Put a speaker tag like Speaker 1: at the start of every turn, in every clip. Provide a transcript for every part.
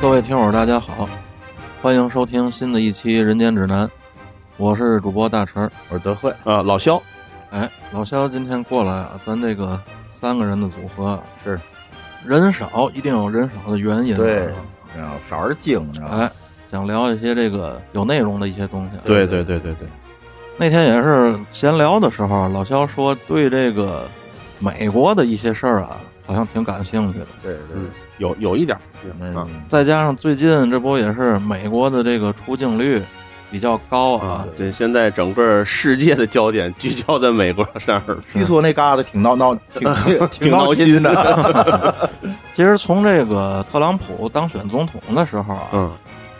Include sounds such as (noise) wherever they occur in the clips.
Speaker 1: 各位听友，大家好，欢迎收听新的一期《人间指南》，我是主播大陈儿。
Speaker 2: 我是德惠，
Speaker 3: 啊，老肖，
Speaker 1: 哎，老肖今天过来啊，咱这个三个人的组合，
Speaker 2: 是
Speaker 1: 人少一定有人少的原因。啊
Speaker 2: 对，然后少儿精，你知
Speaker 3: 啊
Speaker 2: 道吧？
Speaker 1: 哎，想聊一些这个有内容的一些东西。啊
Speaker 3: 对对对对对，
Speaker 1: 那天也是闲聊的时候，啊老肖说对这个美国的一些事儿啊，好像挺感兴趣的。
Speaker 2: 对
Speaker 3: 嗯
Speaker 2: 对，，
Speaker 3: 有有一点儿，啊，
Speaker 2: 嗯，
Speaker 1: 再加上最近这不也是美国的这个出镜率比较高啊，
Speaker 3: 这现在整个世界的焦点聚焦在美国上儿，
Speaker 2: 据说那嘎达挺闹
Speaker 3: (laughs)
Speaker 2: 闹，挺挺
Speaker 3: 挺闹
Speaker 2: 心的。
Speaker 1: 其实从这个特朗普当选总统的时候啊，
Speaker 3: (laughs) 嗯，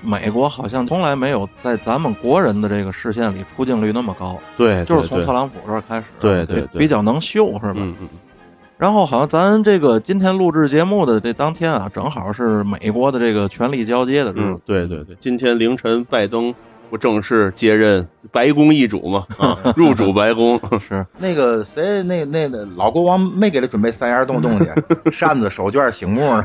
Speaker 1: 美国好像从来没有在咱们国人的这个视线里出镜率那么高，
Speaker 3: (laughs) 对，
Speaker 1: 就是
Speaker 3: 对
Speaker 1: 从
Speaker 3: 对
Speaker 1: 特朗普这儿开始，
Speaker 3: 对对对
Speaker 1: 比较能秀是吧？
Speaker 3: 嗯嗯
Speaker 1: 然后好像咱这个今天录制节目的这当天啊，正好是美国的这个权力交接的日
Speaker 3: 嗯
Speaker 1: 子，，
Speaker 3: 对对对，今天凌晨拜登不正式接任白宫易主嘛，啊，入主白宫，
Speaker 1: 是
Speaker 2: 那个谁，那那那老国王没给他准备三样东东西，
Speaker 3: (laughs)
Speaker 2: 扇子、手绢、醒目呢。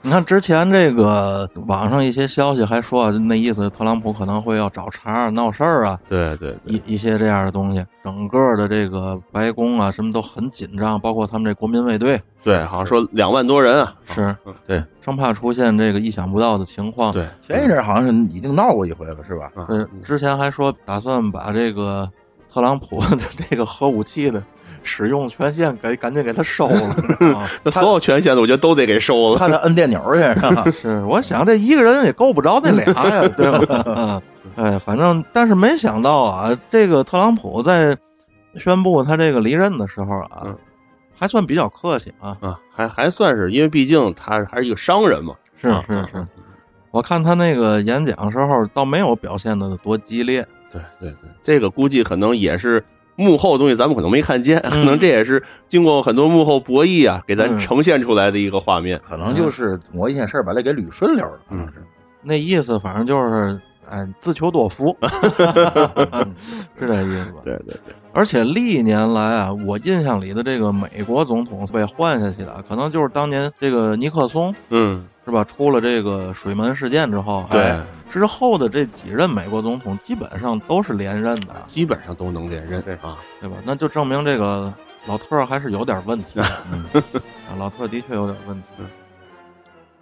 Speaker 1: 你看之前这个网上一些消息还说、啊，那意思特朗普可能会要找茬儿闹事儿啊，
Speaker 3: (laughs) 对对对，
Speaker 1: 一一些这样的东西，整个的这个白宫啊，什么都很紧张，包括他们这国民卫队
Speaker 3: 对，好像说两万多人啊，
Speaker 1: 是
Speaker 2: 对，
Speaker 1: 生怕出现这个意想不到的情况。
Speaker 3: 对，
Speaker 2: 前一阵好像是已经闹过一回了，是吧？ (laughs)
Speaker 3: 啊
Speaker 1: 对，之前还说打算把这个特朗普的这个核武器的使用权限给赶紧给他收
Speaker 3: (laughs)
Speaker 1: 了。啊
Speaker 3: 那所有权限的我觉得都得给收了，
Speaker 2: 看他摁电钮去是吧？ (laughs)
Speaker 1: 是，我想这一个人也够不着那俩呀，对
Speaker 3: (laughs)
Speaker 1: 吧？嗯哎，反正但是没想到啊，这个特朗普在宣布他这个离任的时候啊，
Speaker 3: 嗯
Speaker 1: 还算比较客气啊。
Speaker 3: 啊，还还算是，因为毕竟他还是一个商人嘛，
Speaker 1: 是
Speaker 3: 啊
Speaker 1: 是
Speaker 3: 啊
Speaker 1: 是
Speaker 3: 啊，
Speaker 1: 我看他那个演讲时候倒没有表现的多激烈，
Speaker 3: 对对对，这个估计可能也是幕后的东西，咱们可能没看见，可能这也是经过很多幕后博弈啊，给
Speaker 1: 嗯
Speaker 3: 咱呈现出来的一个画面。
Speaker 2: 可能就是我一件事儿把他给捋顺溜了，可
Speaker 3: 嗯
Speaker 2: 能是。
Speaker 1: 那意思反正就是哎自求多福，是这意思吧？
Speaker 3: 对对对，
Speaker 1: 而且历年来啊，我印象里的这个美国总统被换下去的，可能就是当年这个尼克松
Speaker 3: 嗯，
Speaker 1: 是吧？出了这个水门事件之后，
Speaker 3: 对，
Speaker 1: 哎之后的这几任美国总统基本上都是连任的，
Speaker 3: 基本上都能连任
Speaker 2: 对
Speaker 3: 啊。
Speaker 1: 对吧？那就证明这个老特儿还是有点问题的、啊，老特的确有点问题。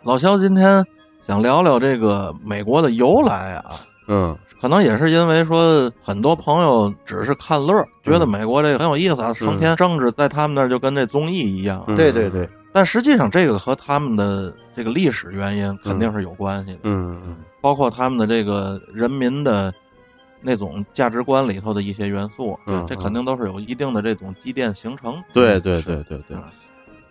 Speaker 1: 老肖今天想聊聊这个美国的由来啊，
Speaker 3: 嗯，
Speaker 1: 可能也是因为说很多朋友只是看乐儿，觉
Speaker 3: 嗯
Speaker 1: 得美国这个很有意思啊，成天政治在他们那儿就跟这综艺一样，
Speaker 3: 嗯
Speaker 2: 对对对，
Speaker 1: 但实际上这个和他们的这个历史原因肯定是有关系的，
Speaker 3: 嗯嗯
Speaker 1: 包括他们的这个人民的那种价值观里头的一些元素，
Speaker 3: 嗯
Speaker 1: 这肯定都是有一定的这种积淀形成。
Speaker 3: 对对对对对。
Speaker 1: 啊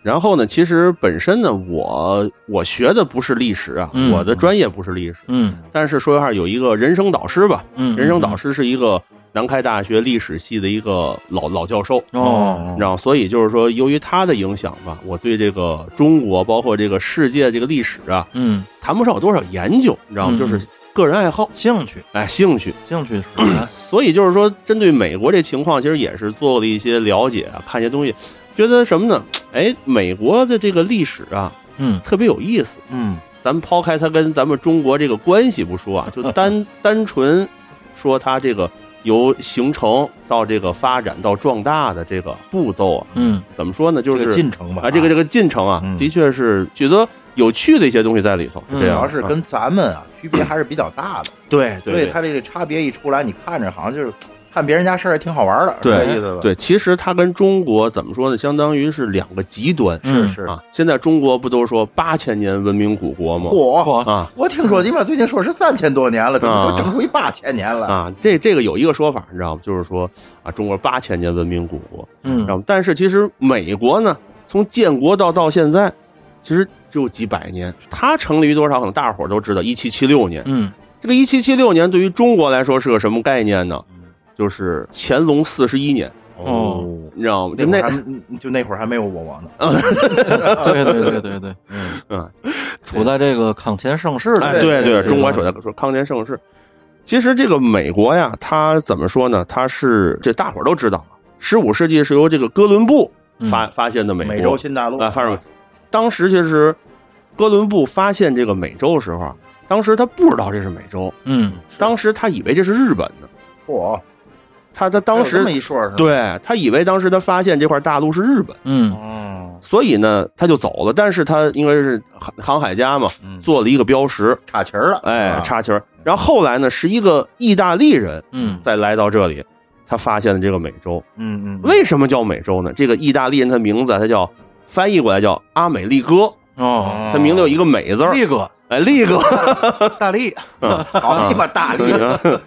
Speaker 3: 然后呢，其实本身呢，我我学的不是历史啊，
Speaker 1: 嗯
Speaker 3: 我的专业不是历史，
Speaker 1: 嗯
Speaker 3: 但是说实话，有一个人生导师吧，
Speaker 1: 嗯，
Speaker 3: 人生导师是一个南开大学历史系的一个老老教授，
Speaker 2: 嗯
Speaker 1: 哦，
Speaker 3: 然后，所以就是说，由于他的影响吧，我对这个中国，包括这个世界这个历史啊，
Speaker 1: 嗯，
Speaker 3: 谈不上有多少研究，你知道吗？
Speaker 1: 嗯
Speaker 3: 就是个人爱好，
Speaker 1: 兴趣
Speaker 3: 哎，兴趣。
Speaker 1: 兴趣
Speaker 3: (clears throat)
Speaker 1: 使然，
Speaker 3: 所以就是说，针对美国这情况，其实也是做了一些了解啊，看一些东西，觉得什么呢？哎，美国的这个历史啊，
Speaker 1: 嗯
Speaker 3: 特别有意思。
Speaker 2: 嗯，
Speaker 3: 咱们抛开它跟咱们中国这个关系不说啊，
Speaker 1: (laughs)
Speaker 3: 就单单纯说它这个由形成到这个发展到壮大的这个步骤啊，
Speaker 1: 嗯
Speaker 3: 怎么说呢？就
Speaker 2: 这
Speaker 3: 是
Speaker 2: 个进程吧，
Speaker 3: 啊，这个这个进程啊，
Speaker 2: 嗯
Speaker 3: 的确是许多有趣的一些东西在里头。
Speaker 1: 嗯
Speaker 2: 主
Speaker 3: 这样
Speaker 2: 要是
Speaker 3: 啊
Speaker 2: 跟咱们啊区别还是比较大的。
Speaker 3: 对
Speaker 2: 所以
Speaker 3: 对
Speaker 2: 他这个差别一出来，你看着好像就是看别人家事儿也挺好玩的，
Speaker 3: 对
Speaker 2: 是这意思吧？，
Speaker 3: 对，其实它跟中国怎么说呢？相当于是两个极端
Speaker 2: 是
Speaker 1: 嗯
Speaker 2: 是。
Speaker 3: 啊。现在中国不都说八千年文明古国吗？
Speaker 2: 嚯！
Speaker 1: 嚯
Speaker 3: 啊
Speaker 2: 我听说你妈最近说是三千多年了，怎么
Speaker 3: 啊
Speaker 2: 就整出一八千年了？
Speaker 3: 啊，这这个有一个说法，你知道吗？就是说啊，中国八千年文明古国，
Speaker 1: 嗯
Speaker 3: 知道吗？但是其实美国呢，从建国到到现在，其实只有几百年。它成立于多少？可能大伙儿都知道，一七七六年。
Speaker 1: 嗯
Speaker 3: 这个一七七六年对于中国来说是个什么概念呢？就是乾隆四十一年，
Speaker 1: 哦，
Speaker 3: 你知道吗？就
Speaker 2: 那会
Speaker 3: 嗯那
Speaker 2: 儿还嗯就那会儿还没有我王呢， (laughs)
Speaker 1: (laughs) 对对对对对，
Speaker 3: (laughs) 嗯，
Speaker 1: 处在这个抗前盛世
Speaker 3: 哎
Speaker 1: 的，
Speaker 3: 对
Speaker 2: 对
Speaker 3: 中国首代说康乾盛世。其实这个美国呀，它怎么说呢？它是这大伙儿都知道，十五世纪是由这个哥伦布发、发现的美国
Speaker 2: 美洲新大陆
Speaker 3: 啊，发现。当时其实哥伦布发现这个美洲时候，啊当时他不知道这是美洲，
Speaker 1: 嗯，
Speaker 3: 当时他以为这是日本呢。
Speaker 2: 嚯，
Speaker 3: 他他当
Speaker 2: 还有
Speaker 3: 时
Speaker 2: 这么一说，是吧，
Speaker 3: 对他以为当时他发现这块大陆是日本，
Speaker 1: 嗯
Speaker 2: 嗯，
Speaker 3: 所以呢他就走了。但是他应该是航航海家嘛，做了一个标识，
Speaker 2: 插旗儿了，
Speaker 3: 哎
Speaker 2: 嗯啊，
Speaker 3: 插旗儿。然后后来呢是一个意大利人，
Speaker 1: 嗯
Speaker 3: 再来到这里，他发现了这个美洲。
Speaker 2: 嗯嗯，
Speaker 3: 为什么叫美洲呢？这个意大利人他名字啊他叫翻译过来叫阿美利哥，
Speaker 1: 哦，
Speaker 3: 他名字有一个美字儿，
Speaker 1: 力哥，
Speaker 3: 哎，利哥。
Speaker 1: 大力，
Speaker 3: 啊
Speaker 2: 好你妈大力，
Speaker 3: (laughs)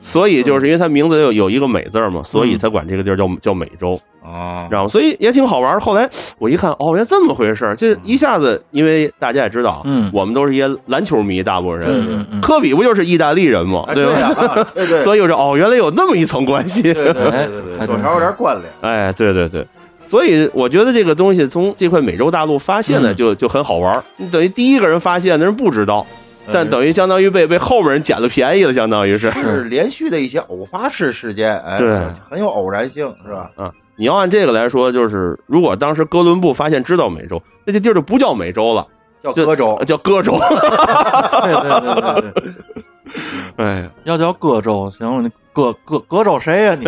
Speaker 3: 所以就是因为他名字有有一个美字儿嘛，所以他管这个地儿叫叫美洲，
Speaker 2: 啊
Speaker 3: 知，道吗？所以也挺好玩儿。后来我一看，哦，原来这么回事儿，这一下子，因为大家也知道，
Speaker 1: 嗯
Speaker 3: 我们都是一些篮球迷，大部分
Speaker 1: 嗯嗯
Speaker 3: 人，
Speaker 1: 嗯
Speaker 3: 科比不就是意大利人嘛，
Speaker 2: 哎
Speaker 3: 对吧？
Speaker 2: 呀，啊对对，
Speaker 3: 所以我哎就哦，原来有那么一层关系，
Speaker 2: 对对对对对
Speaker 1: 还真
Speaker 2: 对，多
Speaker 1: 是
Speaker 2: 少有点关联，
Speaker 3: (laughs) 哎，对对对。所以我觉得这个东西从这块美洲大陆发现的
Speaker 1: 嗯
Speaker 3: 就就很好玩儿，你等于第一个人发现的人不知道，但等于相当于被被后边人捡了便宜了，相当于是。
Speaker 2: 是连续的一些偶发式事件，哎，
Speaker 3: 对
Speaker 2: 很有偶然性，是吧？
Speaker 3: 啊，你要按这个来说，就是如果当时哥伦布发现知道美洲，那这地儿就不叫美洲了，
Speaker 2: 叫
Speaker 3: 就
Speaker 2: 歌州
Speaker 3: 呃，叫哥州。
Speaker 1: 对对对对对，
Speaker 3: 哎，
Speaker 1: 要叫葛州，行了，你葛葛葛州谁呀你？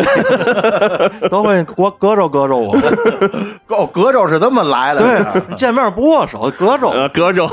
Speaker 1: (laughs) 都会我葛州葛州我， (laughs)
Speaker 3: 呃
Speaker 2: 哦，歌州是这么来的，是吧
Speaker 1: 对，见面不握手，葛州，
Speaker 3: (laughs) 呃，哥州。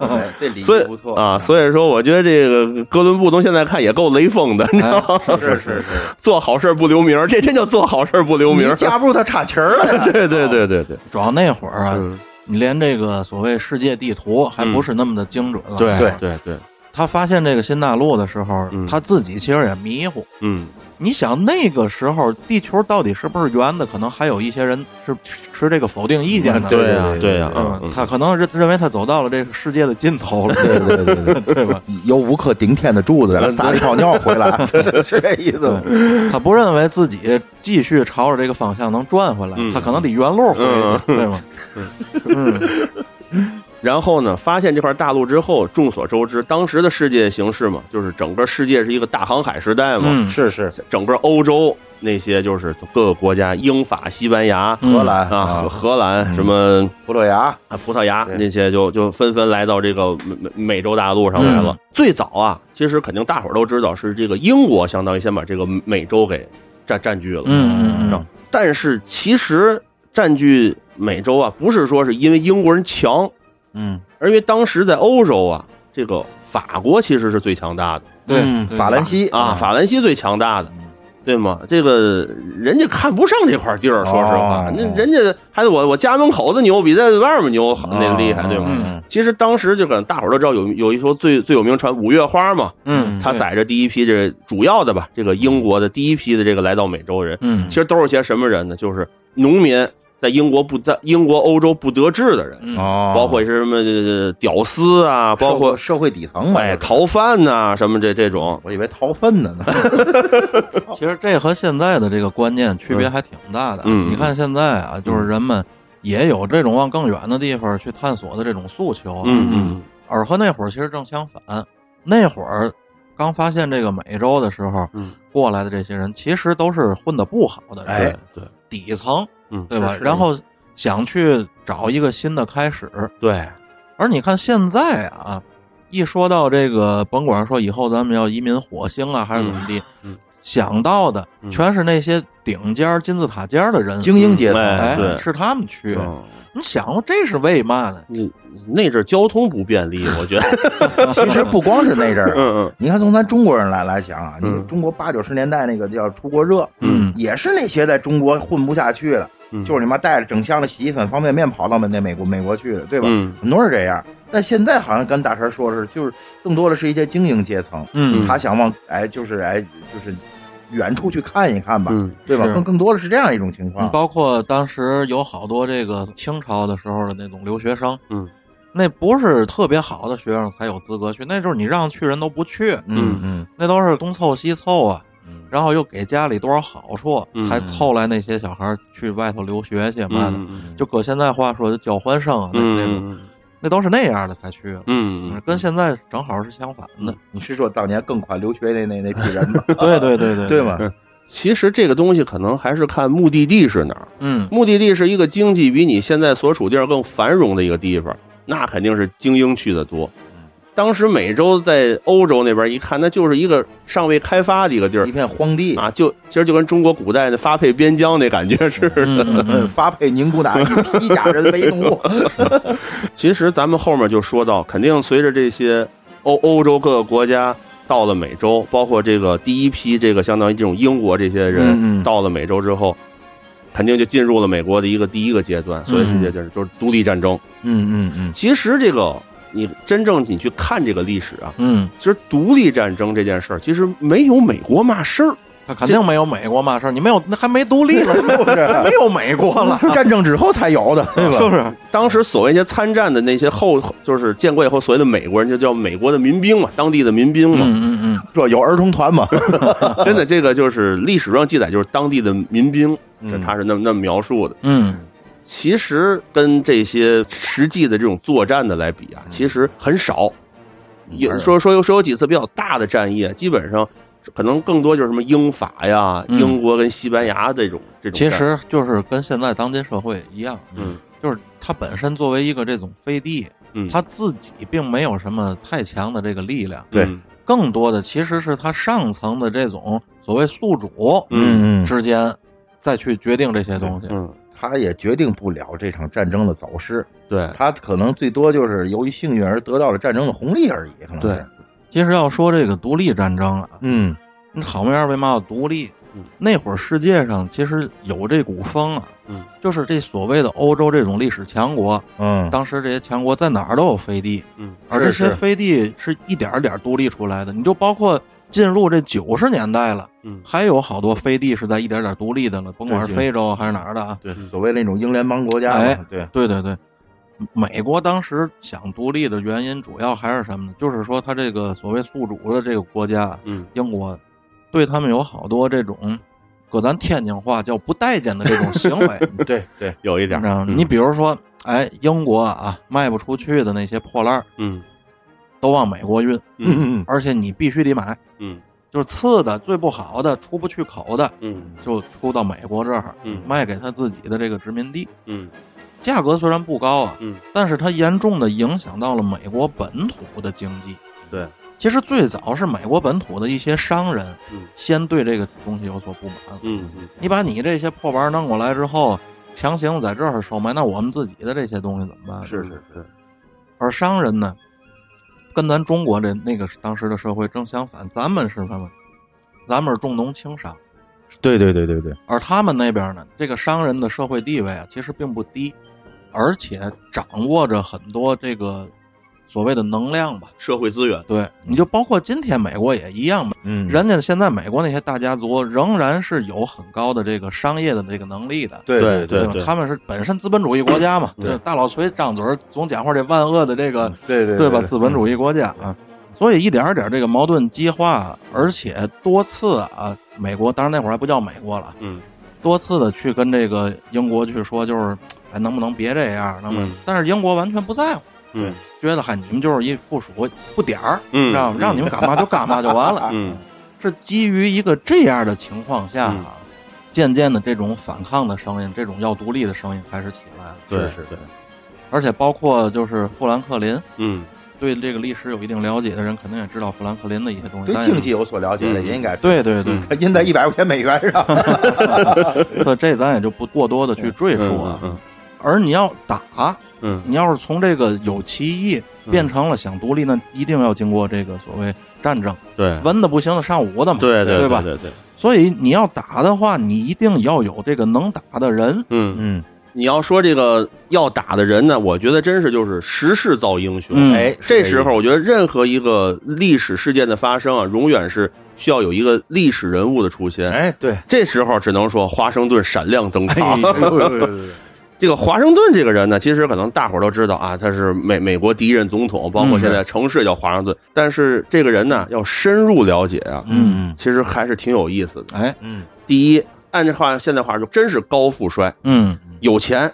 Speaker 2: 哎这礼
Speaker 3: 所以
Speaker 2: 仪不错
Speaker 3: 啊，所以说我觉得这个哥伦布从现在看也够雷锋的，你知道吗？
Speaker 2: (laughs) 是是
Speaker 3: (laughs)
Speaker 2: 是，
Speaker 3: 做好事儿不留名儿，这真叫做好事儿不留名
Speaker 2: 你
Speaker 3: 儿。
Speaker 2: 架不住他插旗儿了呀，
Speaker 3: (laughs) 对对对对对，
Speaker 1: 主要那会儿啊
Speaker 3: 嗯，
Speaker 1: 你连这个所谓世界地图还不是那么的精准了。
Speaker 2: 对
Speaker 3: 对对，
Speaker 1: 他发现这个新大陆的时候，
Speaker 3: 嗯
Speaker 1: 他自己其实也迷糊。
Speaker 3: 嗯，
Speaker 1: 你想那个时候地球到底是不是圆的？可能还有一些人是持这个否定意见的。
Speaker 2: 对
Speaker 3: 对呀对呀，嗯
Speaker 1: 嗯，
Speaker 3: 嗯
Speaker 1: 他可能认认为他走到了这个世界的尽头了，
Speaker 2: (laughs) 对对对对
Speaker 1: (laughs)
Speaker 2: 对，
Speaker 1: 对吧？
Speaker 2: (laughs) 有无可顶天的柱子，然后撒了一泡尿回来， (laughs) 嗯是是这意 (laughs) 思吗？
Speaker 1: 他不认为自己继续朝着这个方向能转回来，
Speaker 3: 嗯
Speaker 1: 他可能得原路回去，对吗？
Speaker 3: 然后呢，发现这块大陆之后，众所周知，当时的世界形势嘛，就是整个世界是一个大航海时代嘛，
Speaker 1: 嗯，
Speaker 2: 是是，
Speaker 3: 整个欧洲那些就是各个国家，英法、西班牙、
Speaker 1: 嗯
Speaker 2: 荷兰
Speaker 3: 啊、荷荷兰什么
Speaker 2: 葡萄牙，
Speaker 3: 啊葡萄牙
Speaker 2: 对
Speaker 3: 那些就就纷纷来到这个美美美洲大陆上来了。最早啊，其实肯定大伙儿都知道是这个英国，相当于先把这个美洲给占占据了。
Speaker 1: 嗯嗯
Speaker 3: 然后，但是其实占据美洲啊，不是说是因为英国人强，
Speaker 2: 嗯，
Speaker 3: 而因为当时在欧洲啊，这个法国其实是最强大的。
Speaker 1: 对，对
Speaker 2: 嗯法兰西
Speaker 3: 啊，法兰西最强大的
Speaker 2: 哎嗯，
Speaker 3: 对吗？这个人家看不上这块地儿，说实话
Speaker 2: 哦，
Speaker 3: 那人家还得我我家门口的牛比在外面牛好那厉害，对吗？
Speaker 1: 嗯
Speaker 3: 其实当时就可能大伙儿都知道有有一艘最最有名船五月花嘛，
Speaker 1: 嗯，
Speaker 3: 它
Speaker 1: 对，
Speaker 3: 载着第一批这主要的吧，这个英国的第一批的这个来到美洲人，
Speaker 1: 嗯
Speaker 3: 其实都是些什么人呢？就是农民，在英国不在英国欧洲不得志的人，
Speaker 1: 嗯
Speaker 2: 哦，
Speaker 3: 包括是什么呃屌丝啊，包括
Speaker 2: 社会底层嘛，
Speaker 3: 哎
Speaker 2: 就是嗯
Speaker 3: 逃犯呐、什么这这种，
Speaker 2: 我以为逃粪呢呢，
Speaker 1: 其实这和现在的这个观念区别还挺大的。
Speaker 3: 嗯嗯
Speaker 1: 你看现在啊，就是人们也有这种往更远的地方去探索的这种诉求啊。
Speaker 3: 嗯嗯
Speaker 1: 而和那会儿其实正相反，那会儿刚发现这个美洲的时候，
Speaker 3: 嗯，
Speaker 1: 过来的这些人其实都是混得不好的人，
Speaker 2: 哎
Speaker 3: 对
Speaker 1: 底层，
Speaker 3: 嗯
Speaker 1: 对吧？
Speaker 3: 是是
Speaker 1: 然后想去找一个新的开始，
Speaker 3: 对，
Speaker 1: 而你看现在啊，一说到这个，甭管说以后咱们要移民火星啊，还是怎么地，
Speaker 3: 嗯嗯
Speaker 1: 想到的
Speaker 3: 嗯
Speaker 1: 全是那些顶尖儿金字塔尖儿的人，
Speaker 2: (laughs) 精英阶层，
Speaker 3: 哎
Speaker 1: 哎，
Speaker 3: 对
Speaker 1: 是他们去。
Speaker 3: 嗯
Speaker 1: 你想，这是为嘛呢？
Speaker 3: 那那阵儿交通不便利，我觉得， (laughs)
Speaker 2: 哎其实不光是那阵儿。
Speaker 3: 嗯
Speaker 2: 你看，从咱中国人来来讲啊，你
Speaker 3: 嗯
Speaker 2: 中国八九十年代那个叫出国热，
Speaker 1: 嗯
Speaker 2: 也是那些在中国混不下去的，
Speaker 3: 嗯
Speaker 2: 就是你妈带着整箱的洗衣粉、方便面跑到那美国美国去的，对吧？
Speaker 3: 嗯
Speaker 2: 很多是这样。但现在好像跟大神说的是，就是更多的是一些精英阶层，
Speaker 1: 嗯
Speaker 2: 他想往哎，就是哎，就是远处去看一看吧，
Speaker 3: 嗯
Speaker 2: 对吧？
Speaker 1: 是
Speaker 2: 更更多的是这样一种情
Speaker 1: 你
Speaker 2: 况。
Speaker 1: 包括当时有好多这个清朝的时候的那种留学生，
Speaker 3: 嗯，
Speaker 1: 那不是特别好的学生才有资格去，那就是你让去人都不去，
Speaker 3: 嗯
Speaker 2: 嗯
Speaker 1: 那都是东凑西凑啊，
Speaker 2: 嗯
Speaker 1: 然后又给家里多少好处，
Speaker 3: 嗯
Speaker 1: 才凑来那些小孩儿去外头留学去嘛的。
Speaker 3: 嗯
Speaker 1: 就搁现在话说，就交换生啊，那那种
Speaker 3: 嗯
Speaker 1: 那都是那样的才去，
Speaker 3: 嗯
Speaker 1: 跟现在正好是相反的。
Speaker 2: 你是说当年更款留学那那那批人吗？
Speaker 1: 对对对对
Speaker 2: 对？吗？
Speaker 3: 其实这个东西可能还是看目的地是哪儿，
Speaker 1: 嗯
Speaker 3: 目的地是一个经济比你现在所处地儿更繁荣的一个地方。那肯定是精英去的多。当时美洲在欧洲那边一看，那就是一个尚未开发的一个地儿
Speaker 2: 一片荒地，
Speaker 3: 啊，就其实就跟中国古代的发配边疆那感觉似的。
Speaker 2: 嗯 (laughs) 发配宁古塔以披甲人为奴。
Speaker 3: 其实咱们后面就说到，肯定随着这些欧欧洲各个国家到了美洲，包括这个第一批这个相当于这种英国这些
Speaker 2: 嗯
Speaker 3: 人
Speaker 2: 嗯
Speaker 3: 到了美洲之后，肯定就进入了美国的一个第一个阶段，所以世界就是就是独立战争。
Speaker 1: 嗯
Speaker 2: (laughs)
Speaker 1: 嗯
Speaker 3: 其实这个你真正你去看这个历史啊，
Speaker 1: 嗯，
Speaker 3: 其实独立战争这件事儿其实没有美国嘛事儿，
Speaker 1: 他肯定没有美国嘛事儿，你没有那还没独立了，没有没有美国了，
Speaker 2: 战争之后才有的，对
Speaker 1: 是
Speaker 2: 吧？
Speaker 1: 不是？
Speaker 3: 当时所谓一些参战的那些后，就是建国以后所谓的美国人，就叫美国的民兵嘛，当地的民兵嘛。
Speaker 1: 嗯嗯
Speaker 2: 这有儿童团嘛？
Speaker 3: 真的，这个就是历史上记载，就是当地的民兵，这他是那么那么描述的。
Speaker 1: 嗯
Speaker 3: 其实跟这些实际的这种作战的来比啊，其实很少。有说说有说有几次比较大的战役啊，基本上可能更多就是什么英法呀、
Speaker 1: 嗯
Speaker 3: 英国跟西班牙这种这种
Speaker 1: 其
Speaker 3: 战。
Speaker 1: 实就是跟现在当今社会一样，
Speaker 3: 嗯，
Speaker 1: 就是它本身作为一个这种飞地，
Speaker 3: 嗯
Speaker 1: 它自己并没有什么太强的这个力量，
Speaker 2: 对
Speaker 3: 嗯
Speaker 1: 更多的其实是它上层的这种所谓宿主
Speaker 2: 嗯
Speaker 1: 之间再去决定这些东西。
Speaker 3: 嗯，
Speaker 2: (laughs) 他也决定不了这场战争的走势，
Speaker 3: 对，
Speaker 2: 他可能最多就是由于幸运而得到了战争的红利而已。可能是
Speaker 3: 对，
Speaker 1: 其实要说这个独立战争啊，
Speaker 2: 嗯
Speaker 1: 你好面儿为嘛要独立
Speaker 3: 嗯？
Speaker 1: 那会儿世界上其实有这股风啊，
Speaker 3: 嗯
Speaker 1: 就是这所谓的欧洲这种历史强国，
Speaker 2: 嗯，
Speaker 1: 当时这些强国在哪儿都有飞地，
Speaker 3: 嗯，
Speaker 1: 而这
Speaker 2: 是
Speaker 1: 些
Speaker 2: 是
Speaker 1: 飞地是一点儿点儿独立出来的。你就包括进入这九十年代了，
Speaker 3: 嗯
Speaker 1: 还有好多飞地是在一点儿点儿独立的了，甭管是
Speaker 2: 对
Speaker 1: 非洲还是哪儿的啊。
Speaker 2: 对，所谓那种英联邦国家嘛，
Speaker 1: 哎
Speaker 2: 对，
Speaker 1: 对对对，美国当时想独立的原因主要还是什么呢？就是说他这个所谓宿主的这个国家，
Speaker 3: 嗯，
Speaker 1: 英国对他们有好多这种，搁咱天津话叫不待见的这种行
Speaker 2: (laughs)
Speaker 1: 为，
Speaker 2: 对对，
Speaker 3: 有一点
Speaker 1: 你
Speaker 3: 儿嗯
Speaker 1: 知道
Speaker 2: 嗯
Speaker 1: 吗？你比如说，哎，英国啊卖不出去的那些破烂儿
Speaker 3: 嗯
Speaker 1: 都往美国运，
Speaker 2: (laughs)
Speaker 3: 嗯
Speaker 2: 嗯
Speaker 1: 而且你必须得买，
Speaker 3: 嗯
Speaker 1: 就是次的最不好的出不去口的
Speaker 3: 嗯
Speaker 1: 就出到美国这儿，
Speaker 3: 嗯
Speaker 1: 卖给他自己的这个殖民地。
Speaker 3: 嗯
Speaker 1: 价格虽然不高啊，
Speaker 3: 嗯
Speaker 1: 但是它严重的影响到了美国本土的经济。
Speaker 2: 对，
Speaker 1: 其实最早是美国本土的一些商人，
Speaker 3: 嗯
Speaker 1: 先对这个东西有所不满。
Speaker 3: 嗯嗯
Speaker 1: 你把你这些破玩意儿弄过来之后，强行在这儿售卖，那我们自己的这些东西怎么办？
Speaker 3: 嗯是是是，
Speaker 1: 而商人呢，跟咱中国的那个当时的社会正相反，咱们是什么？咱们是重农轻商，
Speaker 2: 对对对对对，
Speaker 1: 而他们那边呢，这个商人的社会地位啊，其实并不低，而且掌握着很多这个所谓的能量吧。
Speaker 3: 社会资源，
Speaker 1: 对，你就包括今天美国也一样嘛，
Speaker 2: 嗯，
Speaker 1: 人家现在美国那些大家族仍然是有很高的这个商业的这个能力的。
Speaker 2: 对
Speaker 3: 对
Speaker 2: 对
Speaker 1: 吧他们是本身资本主义国家嘛，
Speaker 3: 对
Speaker 1: 就大老锤张嘴儿总讲话这万恶的这个
Speaker 2: 对对
Speaker 1: 呃对吧？资本主
Speaker 2: 义，
Speaker 1: 义国家
Speaker 3: 嗯
Speaker 1: 啊，所以一点儿点儿这个矛盾激化，而且多次啊，美国当然那会儿还不叫美国了，
Speaker 3: 嗯，
Speaker 1: 多次的去跟这个英国去说，就是哎，能不能别这样？能不能？
Speaker 3: 嗯
Speaker 1: 但是英国完全不在乎，
Speaker 3: 对，
Speaker 1: 觉得嗨，你们就是一附属不点儿，
Speaker 3: 嗯
Speaker 1: 让让你们干嘛就干嘛就完
Speaker 3: (laughs)
Speaker 1: 了。
Speaker 3: 嗯
Speaker 1: 是基于一个这样的情况下啊，渐渐的这种反抗的声音，这种要独立的声音开始起来了，
Speaker 3: 对
Speaker 2: 嗯是是
Speaker 3: 对
Speaker 2: 对，
Speaker 1: 而且包括就是富兰克林。
Speaker 3: 嗯
Speaker 1: 对这个历史有一定了解的人，肯定也知道富兰克林的一些东西。
Speaker 2: 对
Speaker 1: 但是
Speaker 2: 经济，有所了解的
Speaker 3: 嗯
Speaker 2: 也应该知道，
Speaker 1: 对对对，
Speaker 3: 嗯
Speaker 2: 他印在一百块钱美元上，
Speaker 1: 所以这咱也就不过多的去赘述啊。
Speaker 3: 嗯
Speaker 1: 而你要打，
Speaker 3: 嗯
Speaker 1: 你要是从这个有歧义变成了想独立，那一定要经过这个所谓战争，
Speaker 3: 对
Speaker 1: 文的不行的上武的嘛，
Speaker 3: 对
Speaker 1: 对
Speaker 3: 对
Speaker 1: 吧？
Speaker 3: 对对，
Speaker 1: 所以你要打的话，你一定要有这个能打的人。
Speaker 3: 嗯，
Speaker 2: 嗯，
Speaker 3: 你要说这个要打的人呢，我觉得真是就是时势造英雄。
Speaker 1: 嗯
Speaker 2: 哎，
Speaker 3: 这时候，我觉得任何一个历史事件的发生啊，永远是需要有一个历史人物的出现。
Speaker 2: 哎，对，
Speaker 3: 这时候只能说华盛顿闪亮登
Speaker 2: 哎
Speaker 3: 场。
Speaker 2: 对对对对 (laughs) 对
Speaker 3: (laughs) 这个华盛顿这个人呢，其实可能大伙儿都知道啊，他是美美国第一任总统，包括现在城市叫华盛顿。但是这个人呢，要深入了解啊，
Speaker 1: 嗯，
Speaker 3: 其实还是挺有意思的。
Speaker 1: 哎，
Speaker 2: 嗯，
Speaker 3: 第一，按这话现在话说，真是高富帅，
Speaker 1: 嗯
Speaker 3: 有钱，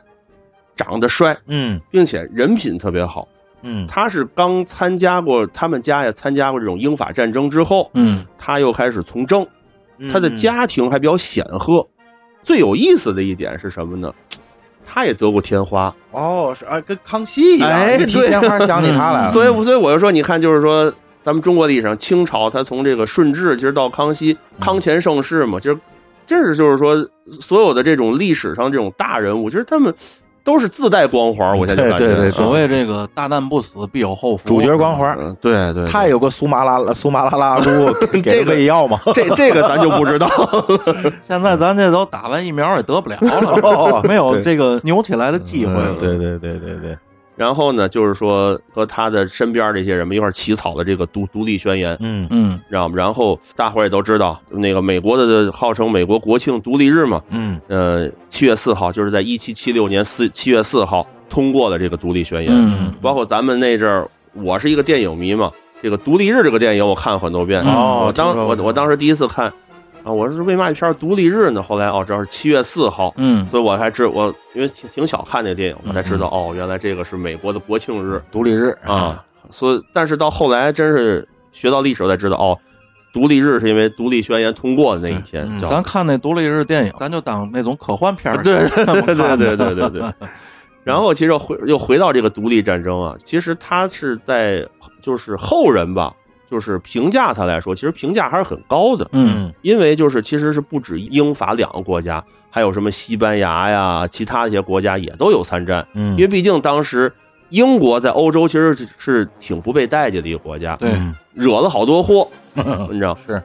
Speaker 3: 长得帅，
Speaker 2: 嗯
Speaker 3: 并且人品特别好。
Speaker 2: 嗯，
Speaker 3: 他是刚参加过他们家也参加过这种英法战争之后，
Speaker 1: 嗯
Speaker 3: 他又开始从政，
Speaker 2: 嗯
Speaker 3: 他的家庭还比较显赫。最有意思的一点是什么呢？他也得过天花，
Speaker 2: 哦，是啊，跟康熙一样，
Speaker 3: 哎
Speaker 2: 一提
Speaker 3: 对嗯
Speaker 2: 鲜花想起他来了。
Speaker 3: 所以所以我就说，你看，就是说咱们中国历史上，清朝他从这个顺治，其实到康熙，
Speaker 2: 嗯
Speaker 3: 康乾盛世嘛，其实这是就是说所有的这种历史上这种大人物，其实他们都是自带光环，我现在
Speaker 2: 对
Speaker 3: 感觉
Speaker 2: 对对
Speaker 3: 嗯
Speaker 1: 所谓这个大难不死，必有后福。
Speaker 2: 主角光环，
Speaker 3: 嗯对对，
Speaker 2: 他也有个苏麻拉苏麻拉拉
Speaker 3: (laughs)
Speaker 2: 姑给
Speaker 3: 这
Speaker 2: 给
Speaker 3: 个
Speaker 2: 喂药嘛，
Speaker 3: 这这个咱就不知道， (laughs)
Speaker 1: 现在咱这都打完疫苗也得不了了，没有这个扭起来的机会了。
Speaker 3: 嗯
Speaker 4: 对对对对对，
Speaker 3: 然后呢，就是说和他的身边这些人们一块儿起草的这个独独立宣言，
Speaker 4: 嗯
Speaker 1: 嗯，
Speaker 3: 知道吗？然后大伙儿也都知道，那个美国的号称美国国庆独立日嘛，
Speaker 4: 嗯
Speaker 3: 呃，七月四号就是在一七七六年四七月四号通过的这个独立宣言。
Speaker 1: 嗯
Speaker 3: 包括咱们那阵儿，我是一个电影迷嘛，这个《独立日》这个电影我看了很多遍。
Speaker 1: 哦
Speaker 3: 我当
Speaker 2: 听说
Speaker 3: 我
Speaker 2: 过
Speaker 3: 我当时第一次看啊，我是为嘛一片儿独立日呢？后来哦，这是七月四号，
Speaker 1: 嗯
Speaker 3: 所以我才知我因为挺挺小看那个电影，我才知道、哦，原来这个是美国的国庆日
Speaker 2: 独立日，
Speaker 1: 嗯
Speaker 3: 啊。所以，但是到后来真是学到历史，我才知道哦，独立日是因为独立宣言通过的那一天
Speaker 1: 嗯，
Speaker 3: 叫
Speaker 1: 咱看那独立日电影，咱就当那种科幻片儿。
Speaker 3: 对
Speaker 1: 这么
Speaker 3: (laughs) 对
Speaker 1: 看的
Speaker 3: 对对
Speaker 1: (laughs)
Speaker 3: 对对。然后其实回又回到这个独立战争啊，其实他是在就是后人吧，就是评价他来说，其实评价还是很高的，
Speaker 1: 嗯
Speaker 3: 因为就是其实是不止英法两个国家，还有什么西班牙呀，其他一些国家也都有参战，
Speaker 4: 嗯
Speaker 3: 因为毕竟当时英国在欧洲其实是是挺不被待见的一个国家，
Speaker 1: 对，
Speaker 3: 惹了好
Speaker 1: (laughs)
Speaker 3: 多祸，你知道
Speaker 2: 是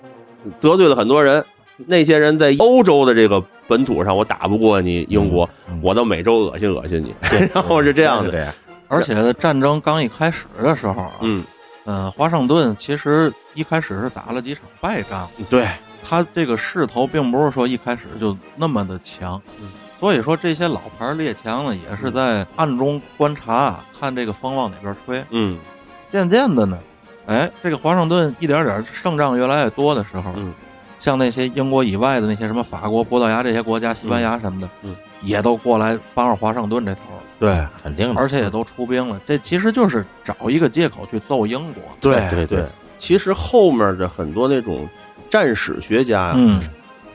Speaker 3: 得罪了很多人。那些人在欧洲的这个本土上，我打不过你英国，
Speaker 4: 嗯嗯
Speaker 3: 我到美洲恶心恶心你， (laughs) 然后哦是
Speaker 2: 这
Speaker 3: 这样的，
Speaker 2: 这样，
Speaker 1: 而且战争刚一开始的时候啊，
Speaker 3: 嗯，
Speaker 1: 嗯，华盛顿其实一开始是打了几场败仗，
Speaker 3: 对，
Speaker 1: 他这个势头并不是说一开始就那么的强
Speaker 3: 嗯。
Speaker 1: 所以说，这些老牌列强呢，也是在暗中观察，看这个风往哪边吹。
Speaker 3: 嗯
Speaker 1: 渐渐的呢，哎，这个华盛顿一点点胜仗越来越多的时候，
Speaker 3: 嗯
Speaker 1: 像那些英国以外的那些什么法国、葡萄牙这些国家、西班牙什么的，
Speaker 3: 嗯
Speaker 1: 也都过来帮着华盛顿这头，
Speaker 4: 对，肯
Speaker 3: 嗯
Speaker 4: 定的，
Speaker 1: 而且也都出兵了。这其实就是找一个借口去揍英国。
Speaker 4: 对对对，
Speaker 3: 其实后面的很多那种战史学家呀，
Speaker 1: 嗯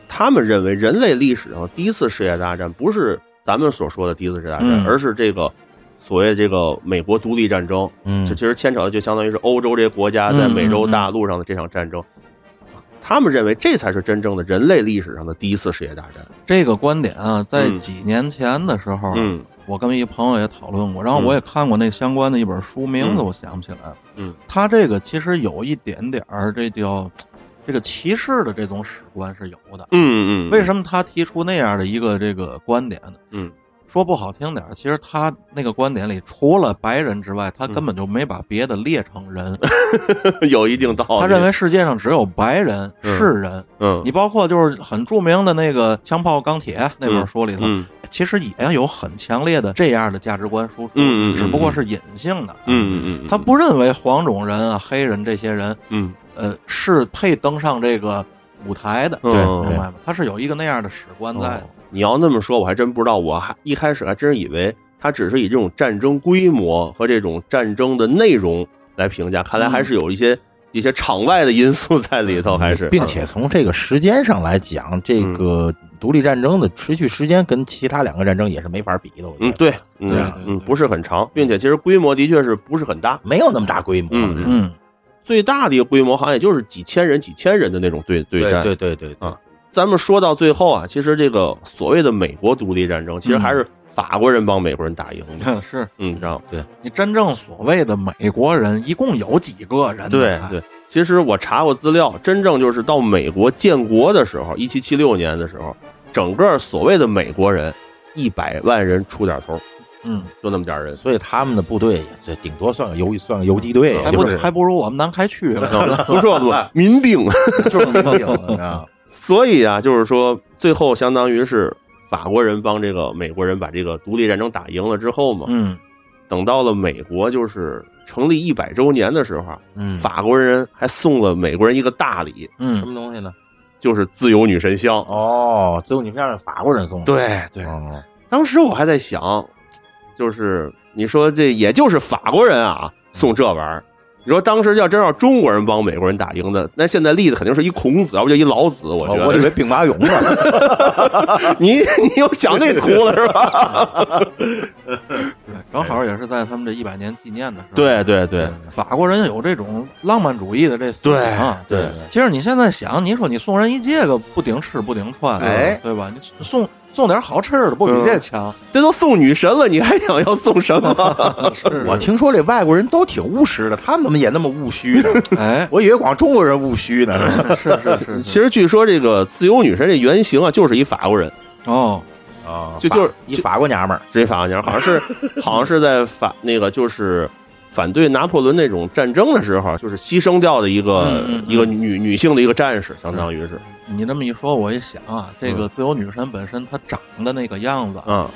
Speaker 3: 他们认为人类历史上第一次世界大战不是咱们所说的第一次世界大战，
Speaker 1: 嗯
Speaker 3: 而是这个所谓这个美国独立战争，
Speaker 4: 嗯
Speaker 3: 这其实牵扯的就相当于是欧洲这些国家
Speaker 1: 嗯
Speaker 3: 在美洲大陆上的这场战争。他们认为这才是真正的人类历史上的第一次世界大战。
Speaker 1: 这个观点啊，在
Speaker 3: 嗯
Speaker 1: 几年前的时候，啊
Speaker 3: 嗯
Speaker 1: 我跟一朋友也讨论过，然后我也看过那相关的一本书，名字我想不起来了。
Speaker 3: 嗯，
Speaker 1: 他这个其实有一点点儿，这叫这个歧视的这种史观是有的。
Speaker 3: 嗯嗯，
Speaker 1: 为什么他提出那样的一个这个观点呢？
Speaker 3: 嗯，
Speaker 1: 说不好听点儿，其实他那个观点里，除了白人之外，
Speaker 3: 嗯
Speaker 1: 他根本就没把别的列成人。
Speaker 3: 么有一定道理？
Speaker 1: 他认为世界上只有白人
Speaker 3: 哦嗯
Speaker 1: 是人。
Speaker 3: 嗯，
Speaker 1: 你包括就是很著名的那个《枪炮钢铁》那本书里头，
Speaker 3: 嗯
Speaker 1: 其实也有很强烈的这样的价值观输出，
Speaker 3: 嗯嗯嗯
Speaker 1: 只不过是隐性的。
Speaker 3: 嗯嗯嗯，
Speaker 1: 他不认为黄种人啊、黑人这些人，
Speaker 3: 嗯
Speaker 1: 呃，是配登上这个舞台的，
Speaker 3: 嗯哦
Speaker 4: 对
Speaker 1: 明白吗？他是有一个那样的史观在的。
Speaker 3: 你要那么说，我还真不知道。我还一开始还真以为他只是以这种战争规模和这种战争的内容来评价，看来
Speaker 1: 嗯
Speaker 3: 还是有一些、一些场外的因素在里头，还是
Speaker 4: 并且从这个时间上来
Speaker 3: 嗯
Speaker 4: 讲，这个独立战争的持续时间跟其他两个战争也是没法比的，我觉
Speaker 3: 嗯
Speaker 4: 得
Speaker 3: 对嗯
Speaker 1: 对对
Speaker 3: 嗯不是很长，并且其实规模的确是不是很大，
Speaker 4: 没有那么大规模，
Speaker 3: 嗯嗯
Speaker 1: 嗯，
Speaker 3: 最大的一个规模好像也就是几千人几千人的那种对对
Speaker 4: 对
Speaker 3: 战。
Speaker 4: 对对对，
Speaker 3: 啊咱们说到最后啊，其实这个所谓的美国独立战争，其实还是法国人帮美国人打赢
Speaker 1: (laughs)
Speaker 3: 的，
Speaker 1: 是
Speaker 3: 嗯，你知道吗？对。
Speaker 1: 你真正所谓的美国人，一共有几个人呢？
Speaker 3: 对对，其实我查过资料，真正就是到美国建国的时候，一七七六年的时候，整个所谓的美国人一百万人出点头，
Speaker 1: 嗯，
Speaker 3: 就那么点儿人。
Speaker 4: 所以他们的部队也这顶多算个游算个游击队，
Speaker 1: 还
Speaker 4: 就
Speaker 1: 不
Speaker 4: 是
Speaker 1: 还不如我们南开区了。
Speaker 3: 不是我民兵，
Speaker 2: 就是民警 (laughs) 你知道吗
Speaker 3: 所以啊，就是说最后相当于是法国人帮这个美国人把这个独立战争打赢了之后嘛，
Speaker 1: 嗯，
Speaker 3: 等到了美国就是成立一百周年的时候啊，
Speaker 4: 嗯
Speaker 3: 法国人还送了美国人一个大礼，
Speaker 1: 嗯
Speaker 4: 什么东西呢？
Speaker 3: 就是自由女神像。
Speaker 4: 哦，自由女票是法国人送的，
Speaker 3: 对对，
Speaker 4: 哦，
Speaker 3: 当时我还在想，就是你说这也就是法国人啊送这玩意儿，你说当时要真要中国人帮美国人打赢的，那现在立的肯定是一孔子，要不就一老子。我觉
Speaker 2: 我
Speaker 3: 得，
Speaker 2: 哦我以为兵马俑呢，
Speaker 3: 你你又想那图了是吧？
Speaker 1: 正好也是在他们这一百年纪念的时候。，
Speaker 3: 哎对对对
Speaker 1: 法国人有这种浪漫主义的这思想啊。
Speaker 3: 对对
Speaker 1: 其实你现在想，你说你送人一这个不顶吃不顶穿，啊
Speaker 2: 哎
Speaker 1: 对吧？你送送点好吃的，不比
Speaker 3: 嗯
Speaker 1: 这
Speaker 3: (laughs)
Speaker 1: 强？
Speaker 3: 这都送女神了，你还想要送
Speaker 1: (laughs)
Speaker 3: 什么？
Speaker 1: 是
Speaker 2: 我听说这外国人都挺务实的，他们怎么也那么务虚呢？
Speaker 1: 哎，
Speaker 2: 我以为光中国人务虚呢。
Speaker 1: (laughs) 是是是
Speaker 3: 其
Speaker 1: 是，
Speaker 3: 实据说这个自由女神这原型啊，就是一法国人，
Speaker 1: 哦，
Speaker 2: 啊，
Speaker 3: 就就是
Speaker 2: 一法国娘们儿，
Speaker 3: 这法国人好像是好像是在反那个就是反对拿破仑那种战争的时候，就是牺牲掉的一个、
Speaker 1: 嗯嗯嗯
Speaker 3: 一个女女性的一个战士，相当于是，
Speaker 1: 你这么一说，我一想啊，这个自由女神本身她长的那个样子，
Speaker 3: 嗯，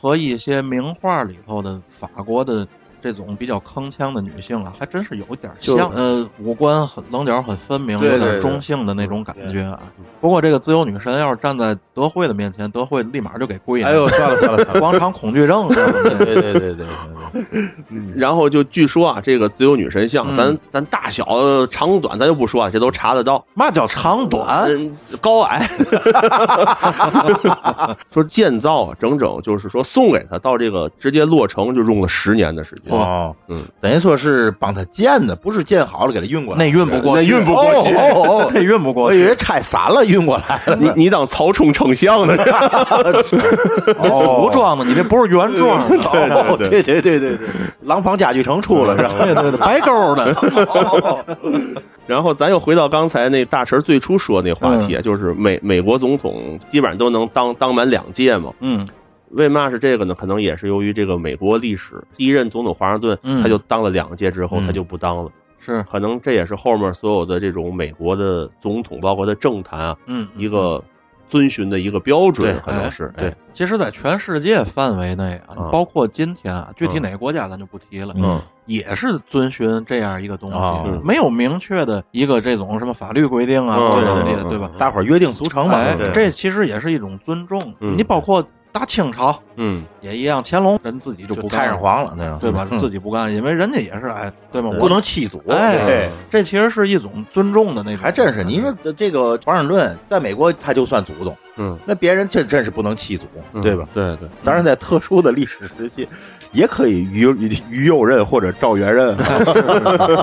Speaker 1: 和一些名画里头的法国的这种比较铿锵的女性啊，还真是有一点
Speaker 3: 就
Speaker 1: 像。呃，五官很棱角很分明，
Speaker 2: 对
Speaker 1: 有
Speaker 2: 对
Speaker 1: 点
Speaker 2: 对
Speaker 1: 中性的那种感觉啊。不过这个自由女神要是站在德惠的面前，德惠立马就给跪了。
Speaker 2: 哎呦，算了算了，
Speaker 1: (laughs)
Speaker 2: 算了
Speaker 1: 广场恐惧症是吧
Speaker 2: (laughs) 对对对对对对，
Speaker 3: 然后就据说啊，这个自由女神像，
Speaker 1: 嗯
Speaker 3: 咱咱大小长短咱就不说啊，这都查得到。
Speaker 1: 嘛叫长短？
Speaker 3: 嗯，高
Speaker 1: (laughs)
Speaker 3: 矮，说建造啊，整整就是说送给他到这个直接落成就用了十年的时间。
Speaker 2: 哦，
Speaker 3: 嗯，
Speaker 2: 等于说是帮他建的，不是建好了给他运过来，
Speaker 1: 那运不过去，
Speaker 2: 那运不过去，
Speaker 1: 哦哦
Speaker 2: (laughs)
Speaker 1: 哦那运不过
Speaker 2: 我以
Speaker 1: 去。
Speaker 2: 为拆散了运过来了。
Speaker 3: 你你当曹冲
Speaker 1: (laughs)
Speaker 3: 丞相呢？是吧
Speaker 1: 古
Speaker 2: 哦，
Speaker 1: 装的，你这不是原啊装的， (laughs)
Speaker 2: 哦，对对对对对，廊坊家具城出了是吧？
Speaker 1: 对对对，白勾的。
Speaker 2: (laughs)
Speaker 3: 然后咱又回到刚才那大陈最初说那话
Speaker 1: 嗯
Speaker 3: 题，啊就是美美国总统基本上都能当当满两届嘛。
Speaker 1: 嗯，
Speaker 3: 为嘛是这个呢？可能也是由于这个美国历史，第一任总统华盛顿
Speaker 1: 嗯
Speaker 3: 他就当了两届之后，
Speaker 1: 嗯
Speaker 3: 他就不当了。
Speaker 1: 是，
Speaker 3: 可能这也是后面所有的这种美国的总统，包括他政坛啊，
Speaker 1: 嗯，
Speaker 3: 一个遵循的一个标准，
Speaker 1: 对
Speaker 3: 可能是
Speaker 1: 哎哎其实，在全世界范围内啊
Speaker 3: 嗯，
Speaker 1: 包括今天啊，具体哪个国家咱就不提了，
Speaker 3: 嗯，
Speaker 1: 也是遵循这样一个东
Speaker 2: 哦
Speaker 1: 西，没有明确的一个这种什么法律规定啊，
Speaker 3: 嗯
Speaker 1: 或者什么
Speaker 3: 嗯嗯
Speaker 1: 的，对吧？
Speaker 2: 大伙儿约定俗成嘛
Speaker 1: 哎，
Speaker 2: 对
Speaker 1: 这其实也是一种尊重。
Speaker 3: 嗯
Speaker 1: 你包括大清朝
Speaker 3: 嗯
Speaker 1: 也一样，乾隆人自己就
Speaker 2: 就
Speaker 1: 不
Speaker 2: 太
Speaker 1: 干
Speaker 2: 上
Speaker 1: 了，
Speaker 2: 皇了，对吧？
Speaker 1: 对吧？
Speaker 2: 嗯
Speaker 1: 自己不干，因为人家也是哎，对吧？
Speaker 2: 不
Speaker 1: 我
Speaker 2: 能弃祖，
Speaker 1: 哎
Speaker 2: 对
Speaker 1: 这其实是一种尊重的那种，
Speaker 2: 还真是。你说这个华盛顿在美国他就算祖宗，
Speaker 3: 嗯，
Speaker 2: 那别人这真是不能弃祖，对吧？？
Speaker 3: 对对，
Speaker 2: 当然，在特殊的历史时期，也可以于于于右任或者赵元任，啊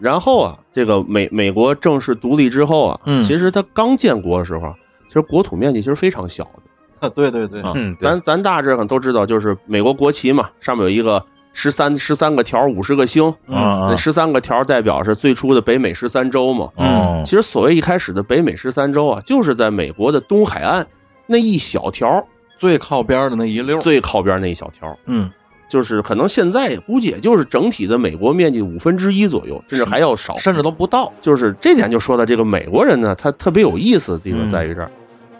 Speaker 3: 然后啊，这个美美国正式独立之后啊，
Speaker 1: 嗯
Speaker 3: 其实它刚建国的时候啊，其实国土面积其实非常小的
Speaker 1: (laughs) 对对对，
Speaker 3: 啊。
Speaker 2: 嗯对
Speaker 3: 咱咱大致上都知道，就是美国国旗嘛，上面有一个十三十三个条，五十个星，
Speaker 1: 嗯
Speaker 2: 啊
Speaker 3: 那十三个条代表是最初的北美十三州嘛。
Speaker 1: 嗯
Speaker 3: 其实所谓一开始的北美十三州啊，就是在美国的东海岸那一小条
Speaker 1: 最靠边的那一溜儿，
Speaker 3: 最靠边那一小条，
Speaker 1: 嗯，
Speaker 3: 就是可能现在估计也就是整体的美国面积五分之一左右，甚至还要少。
Speaker 1: 甚至都不到，
Speaker 3: 就是这点就说到这个美国人呢，他特别有意思的地
Speaker 1: 嗯
Speaker 3: 方在于这儿，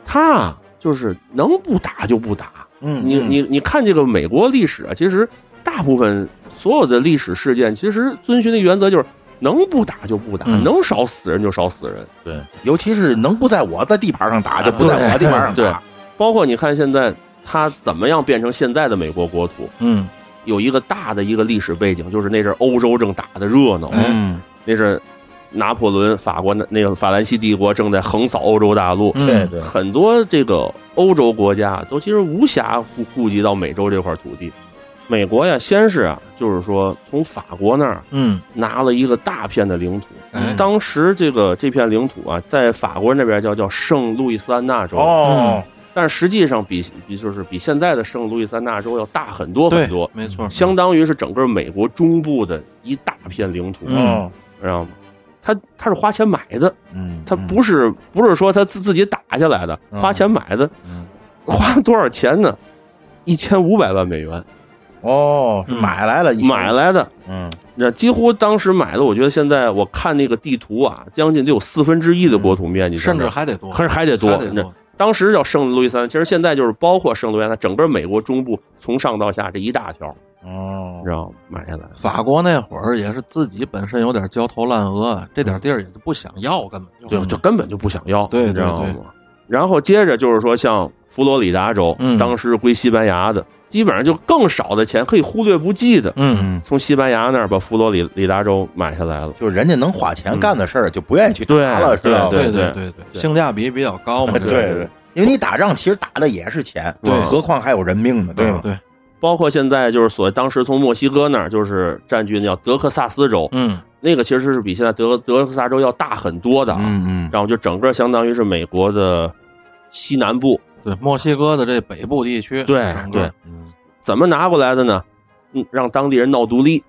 Speaker 3: 他啊就是能不打就不打。
Speaker 1: 嗯
Speaker 3: 你你你看这个美国历史啊，其实大部分所有的历史事件，其实遵循的原则就是能不打就不打，
Speaker 1: 嗯
Speaker 3: 能少死人就少死人。
Speaker 2: 对，尤其是能不在我的地盘上打，就不在我的地盘上
Speaker 3: 对
Speaker 2: 打。，
Speaker 3: 包括你看现在他怎么样变成现在的美国国土，
Speaker 1: 嗯
Speaker 3: 有一个大的一个历史背景，就是那阵儿欧洲正打的热闹，
Speaker 1: 哎
Speaker 2: 嗯，
Speaker 3: 那是拿破仑法国那那个法兰西帝国正在横扫欧洲大陆，
Speaker 2: 对
Speaker 1: 嗯
Speaker 2: 对，
Speaker 3: 很多这个欧洲国家都其实无暇顾顾及到美洲这块土地。美国呀，先是啊，就是说从法国那儿
Speaker 1: 嗯，
Speaker 3: 拿了一个大片的领土，
Speaker 1: 哎
Speaker 3: 当时这个这片领土啊，在法国那边叫叫圣路易斯安那州，
Speaker 2: 哦，
Speaker 3: 但实际上比比就是比现在的圣路易斯安那州要大很多
Speaker 1: 对
Speaker 3: 很多，，
Speaker 1: 没错，
Speaker 3: 相当于是整个美国中部的一大片领土，
Speaker 1: 嗯
Speaker 2: 哦
Speaker 3: 知道吗？他他是花钱买的，
Speaker 2: 嗯，
Speaker 3: 他不是不是说他自自己打下来的，
Speaker 2: 嗯
Speaker 3: 花钱买的
Speaker 2: 嗯，
Speaker 3: 花了多少钱呢？一千五百万美元
Speaker 2: 哦，是
Speaker 1: 嗯
Speaker 2: 买来了，
Speaker 3: 买
Speaker 2: 了，
Speaker 3: 来的，
Speaker 2: 嗯，
Speaker 3: 那几乎当时买的，我觉得现在我看那个地图啊，将近得有四分之一的国土面积，
Speaker 1: 嗯甚至还得多，
Speaker 3: 可是还得多
Speaker 1: 还。得
Speaker 3: 那
Speaker 1: 多，
Speaker 3: 当时叫圣路易三，其实现在就是包括圣路易三，整个美国中部从上到下这一大条，
Speaker 2: 哦
Speaker 3: 你知，道吗？买下来的。
Speaker 1: 法国那会儿也是自己本身有点啊焦头烂额，这点地儿也就不想要，根本
Speaker 4: 嗯
Speaker 3: 就就根本就不想要，
Speaker 1: 对
Speaker 3: 你知道
Speaker 1: 对
Speaker 3: 吗？然后接着就是说，像佛罗里达州，
Speaker 1: 嗯
Speaker 3: 当时归西班牙的，基本上就更少的钱可以忽略不计的，
Speaker 1: 嗯，
Speaker 3: 从西班牙那儿把佛罗里里达州买下来了。
Speaker 4: 就人家能花钱干的事儿，就不愿意去打
Speaker 3: 对
Speaker 4: 了，知道吧？
Speaker 1: 对
Speaker 3: 嗯对
Speaker 1: 对对，性价比比较高嘛，
Speaker 4: 对
Speaker 1: 这个
Speaker 4: 对，因为你打仗其实打的也是钱，
Speaker 1: 对
Speaker 4: 何况还有人命呢，对吧？
Speaker 1: 对，
Speaker 3: 包括现在就是所谓当时从墨西哥那儿就是占据那叫德克萨斯州，
Speaker 1: 嗯
Speaker 3: 那个其实是比现在德德克萨斯州要大很多的啊。
Speaker 4: 嗯嗯，
Speaker 3: 然后就整个相当于是美国的西南部，
Speaker 1: 对，墨西哥的这北部地区，
Speaker 3: 对
Speaker 1: 整个
Speaker 3: 对，怎么拿过来的呢？嗯，让当地人闹独立，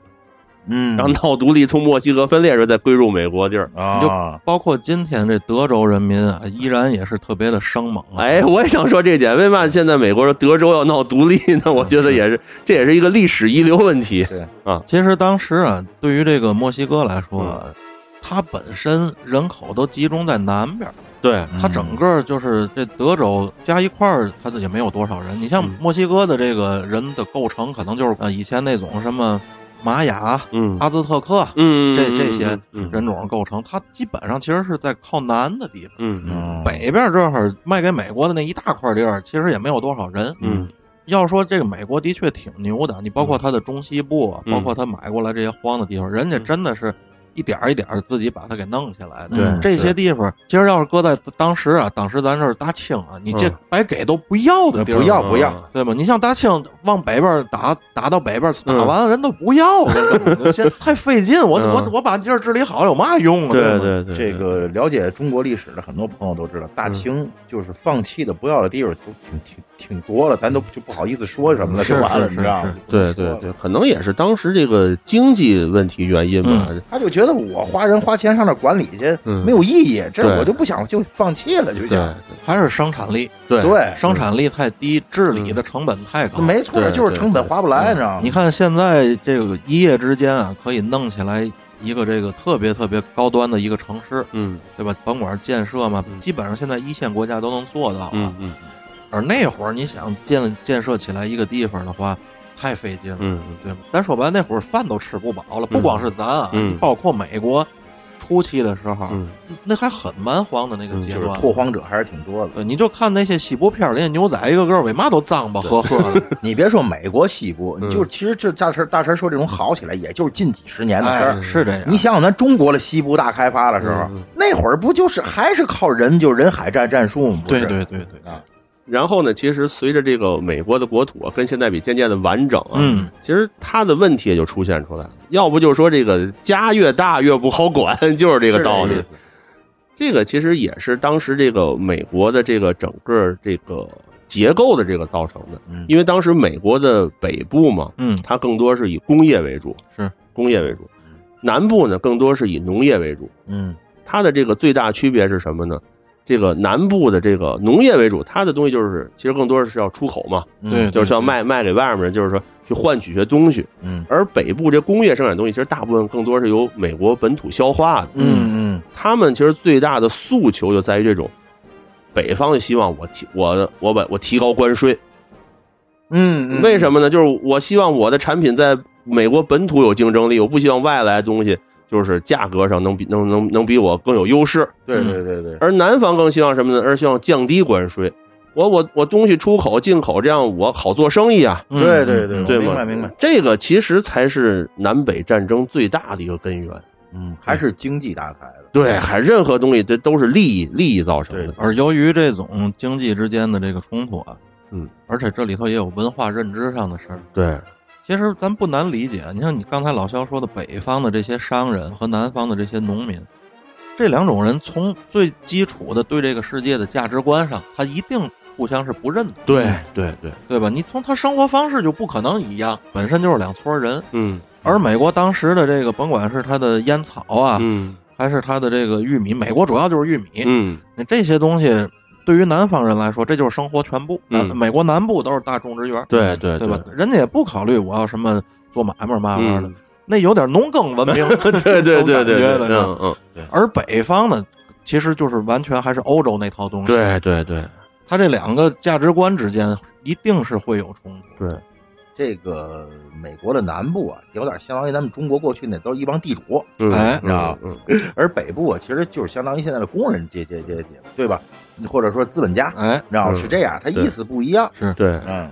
Speaker 4: 嗯，
Speaker 3: 然后闹独立从墨西哥分裂时候再归入美国地
Speaker 2: 哦
Speaker 3: 儿。
Speaker 1: 你就
Speaker 4: 啊，
Speaker 1: 包括今天这德州人民啊，依然也是特别的生猛啊。
Speaker 3: 哎，我也想说这点，为嘛现在美国说德州要闹独立呢？我觉得也是，这也是一个历史遗留问题。
Speaker 1: 其实当时啊，对于这个墨西哥来说
Speaker 3: 嗯
Speaker 1: 啊，它本身人口都集中在南边儿，
Speaker 3: 对，
Speaker 1: 它整个就是这德州加一块儿，它也没有多少人。你像
Speaker 3: 嗯
Speaker 1: 墨西哥的这个人的构成，可能就是呃以前那种什么玛雅、
Speaker 3: 嗯
Speaker 1: 阿兹特克
Speaker 3: 嗯，
Speaker 1: 这这些
Speaker 3: 嗯
Speaker 1: 人种构成，它基本上其实是在靠南的地方。
Speaker 3: 嗯嗯
Speaker 1: 北边这会儿卖给美国的那一大块地儿，其实也没有多少人。
Speaker 3: 嗯，
Speaker 1: 要说这个美国的确挺牛的，你包括它的中西部啊，
Speaker 3: 嗯
Speaker 1: 包括它买过来这些荒的地方，人家真的是一点儿一点儿自己把它给弄起来的。
Speaker 4: 对
Speaker 1: 这
Speaker 3: 是
Speaker 1: 些地方，其实要是搁在当时啊，当时咱这儿大清啊，你这
Speaker 3: 嗯
Speaker 1: 白给都不要
Speaker 3: 哎
Speaker 1: 的地儿，
Speaker 4: 不要不要，
Speaker 3: 哦
Speaker 1: 对吧？你像大清往北边打，打到北边打
Speaker 3: 嗯
Speaker 1: 完了，人都不要
Speaker 3: (laughs)
Speaker 1: 了，现在太费劲。我
Speaker 3: 嗯
Speaker 1: 我我把地儿治理好了有嘛用啊？
Speaker 3: 对
Speaker 1: 吧
Speaker 3: 对对，嗯
Speaker 4: 这个了解中国历史的很多朋友都知道，大清就是放弃的不要的地方都挺挺挺多了，咱都就不好意思说什么了，
Speaker 1: 是
Speaker 4: 就完了，
Speaker 1: 是
Speaker 4: 你知道吗
Speaker 1: 是？
Speaker 3: 对对对，可能也是当时这个经济问题原因吧。
Speaker 4: 他就觉得我花人花钱上那儿管理去
Speaker 3: 嗯
Speaker 4: 没有意义，这
Speaker 3: 对
Speaker 4: 我就不想，就放弃了，就
Speaker 3: 对
Speaker 4: 想
Speaker 1: 还是生产力，
Speaker 3: 对
Speaker 4: 对，
Speaker 1: 生产力太低，治理
Speaker 3: 嗯
Speaker 1: 的成本太高。
Speaker 4: 没错，
Speaker 3: 对
Speaker 4: 就是成本
Speaker 3: 对
Speaker 4: 划不来，你知道
Speaker 2: 啊
Speaker 4: 吗？
Speaker 1: 你看现在这个一夜之间啊，可以弄起来一个这个特别特别高端的一个城市，
Speaker 3: 嗯
Speaker 1: 对吧？甭管是建设嘛
Speaker 3: 嗯，
Speaker 1: 基本上现在一线国家都能做到了
Speaker 3: 嗯。嗯
Speaker 1: 而那会儿你想建建设起来一个地方的话，太费劲了，
Speaker 3: 嗯
Speaker 1: 对吧？咱说白了，那会儿饭都吃不饱了，不光是咱啊，
Speaker 3: 嗯
Speaker 1: 包括美国初期的时候，
Speaker 3: 嗯
Speaker 1: 那还很蛮荒的那个阶
Speaker 4: 就是
Speaker 1: 段。
Speaker 4: 拓荒者还是挺多的。
Speaker 1: 对，你就看那些西部片儿，人家牛仔一个个为嘛都脏吧呵呵的，
Speaker 4: (laughs) 你别说美国西部，
Speaker 3: 嗯
Speaker 4: 你就其实这大神大神说这种好起来，也就是近几十年的事
Speaker 1: 哎，
Speaker 4: 儿。
Speaker 1: 是这样。
Speaker 4: 你想想，咱中国的西部大开发的时候
Speaker 3: 嗯嗯，
Speaker 4: 那会儿不就是还是靠人就人海战战术吗？不
Speaker 1: 对
Speaker 4: 是
Speaker 1: 对对对，
Speaker 4: 啊，
Speaker 3: 然后呢，其实随着这个美国的国土啊，跟现在比渐渐的完整啊，
Speaker 1: 嗯，
Speaker 3: 其实它的问题也就出现出来了。要不就说这个家越大越不好管， (laughs) 就是这个道理
Speaker 4: 是这意。思
Speaker 3: 这个其实也是当时这个美国的这个整个这个结构的这个造成的，
Speaker 4: 嗯
Speaker 3: 因为当时美国的北部嘛，
Speaker 1: 嗯，
Speaker 3: 它更多是以工业为主，
Speaker 1: 是
Speaker 3: 工业为主；南部呢，更多是以农业为主。
Speaker 4: 嗯，
Speaker 3: 它的这个最大区别是什么呢？这个南部的这个农业为主，它的东西就是其实更多是要出口嘛，
Speaker 4: 嗯
Speaker 1: 对，
Speaker 3: 就是要
Speaker 1: 对
Speaker 3: 卖卖给外面人，就是说去换取些东西。
Speaker 4: 嗯，
Speaker 3: 而北部这工业生产东西，其实大部分更多是由美国本土消化的。
Speaker 1: 嗯
Speaker 4: 嗯
Speaker 3: 他们其实最大的诉求就在于这种，北方就希望我提我我把我提高关税，
Speaker 4: 嗯
Speaker 3: 为什么呢？就是我希望我的产品在美国本土有竞争力，我不希望外来的东西就是价格上能比能能能比我更有优势。
Speaker 4: 对
Speaker 3: 嗯
Speaker 4: 对对对，
Speaker 3: 而南方更希望什么呢？而希望降低关税。我我我东西出口进口，这样我好做生意啊，
Speaker 1: 嗯
Speaker 4: 对对对，
Speaker 3: 对
Speaker 4: 我明
Speaker 3: 吗？
Speaker 4: 白明白，。
Speaker 3: 这个其实才是南北战争最大的一个根源。
Speaker 4: 嗯，还是经济大开的，
Speaker 3: 对，还任何东西这都是利益利益造成的
Speaker 4: 对。
Speaker 1: 而由于这种经济之间的这个冲突啊，
Speaker 3: 嗯，
Speaker 1: 而且这里头也有文化认知上的事儿。
Speaker 3: 对，
Speaker 1: 其实咱不难理解，你像你刚才老肖说的，北方的这些商人和南方的这些农民，这两种人从最基础的对这个世界的价值观上，他一定互相是不认同，
Speaker 3: 对对对，
Speaker 1: 对吧？你从他生活方式就不可能一样，本身就是两撮人。
Speaker 3: 嗯
Speaker 1: 而美国当时的这个，甭管是它的烟草啊，
Speaker 3: 嗯
Speaker 1: 还是它的这个玉米，美国主要就是玉米，
Speaker 3: 嗯
Speaker 1: 那这些东西对于南方人来说，这就是生活全部。
Speaker 3: 嗯
Speaker 1: 南美国南部都是大种植园，
Speaker 3: 对对
Speaker 1: 对吧？人家也不考虑我要什么做买卖嘛玩的
Speaker 3: 嗯，
Speaker 1: 那有点农耕文明，
Speaker 3: (laughs) 对对对
Speaker 1: 这
Speaker 3: 对对，
Speaker 1: 种感觉的是吧
Speaker 3: 嗯嗯，
Speaker 1: 而北方呢，其实就是完全还是欧洲那套东西。
Speaker 3: 对对对
Speaker 1: 它这两个价值观之间一定是会有冲突。
Speaker 3: 对，
Speaker 2: 这个美国的南部啊，有点相当于咱们中国过去那都是一帮地主，
Speaker 3: 嗯
Speaker 1: 哎
Speaker 3: 嗯
Speaker 2: 啊
Speaker 3: 嗯
Speaker 2: 而北部啊，其实就是相当于现在的工人阶阶阶级，对吧？或者说资本家，
Speaker 1: 哎，
Speaker 2: 然后
Speaker 3: 嗯
Speaker 2: 是这样，他
Speaker 3: 对
Speaker 2: 意思不一样。
Speaker 3: 对，
Speaker 2: 嗯，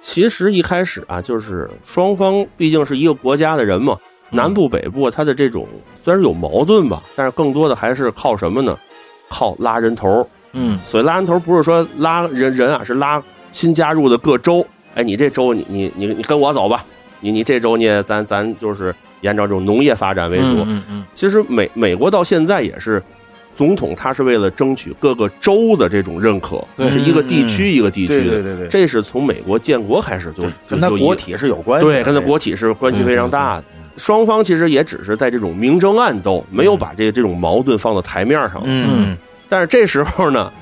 Speaker 3: 其实一开始啊，就是双方毕竟是一个国家的人嘛，南部北部它的这种虽然有矛盾吧，但是更多的还是靠什么呢？靠拉人头儿。
Speaker 1: 嗯
Speaker 3: 所以拉人头儿不是说拉人人啊，是拉新加入的各州。哎，你这州你你你你跟我走吧，你你这州你也咱咱就是沿着这种农业发展为主。
Speaker 1: 嗯嗯
Speaker 3: 其实美美国到现在也是，总统他是为了争取各个州的这种认可，
Speaker 1: 对
Speaker 3: 是一个地区一个地区的。
Speaker 2: 嗯对对对对，
Speaker 3: 这是从美国建国开始就就
Speaker 2: 跟他
Speaker 3: 就一
Speaker 2: 国体是有关系的。嗯
Speaker 3: 对跟他国体是关系非常大的。
Speaker 2: 对对对
Speaker 3: 双方其实也只是在这种明争暗斗，没有把这这种矛盾放到台面上。
Speaker 2: 嗯
Speaker 3: 但是这时候呢，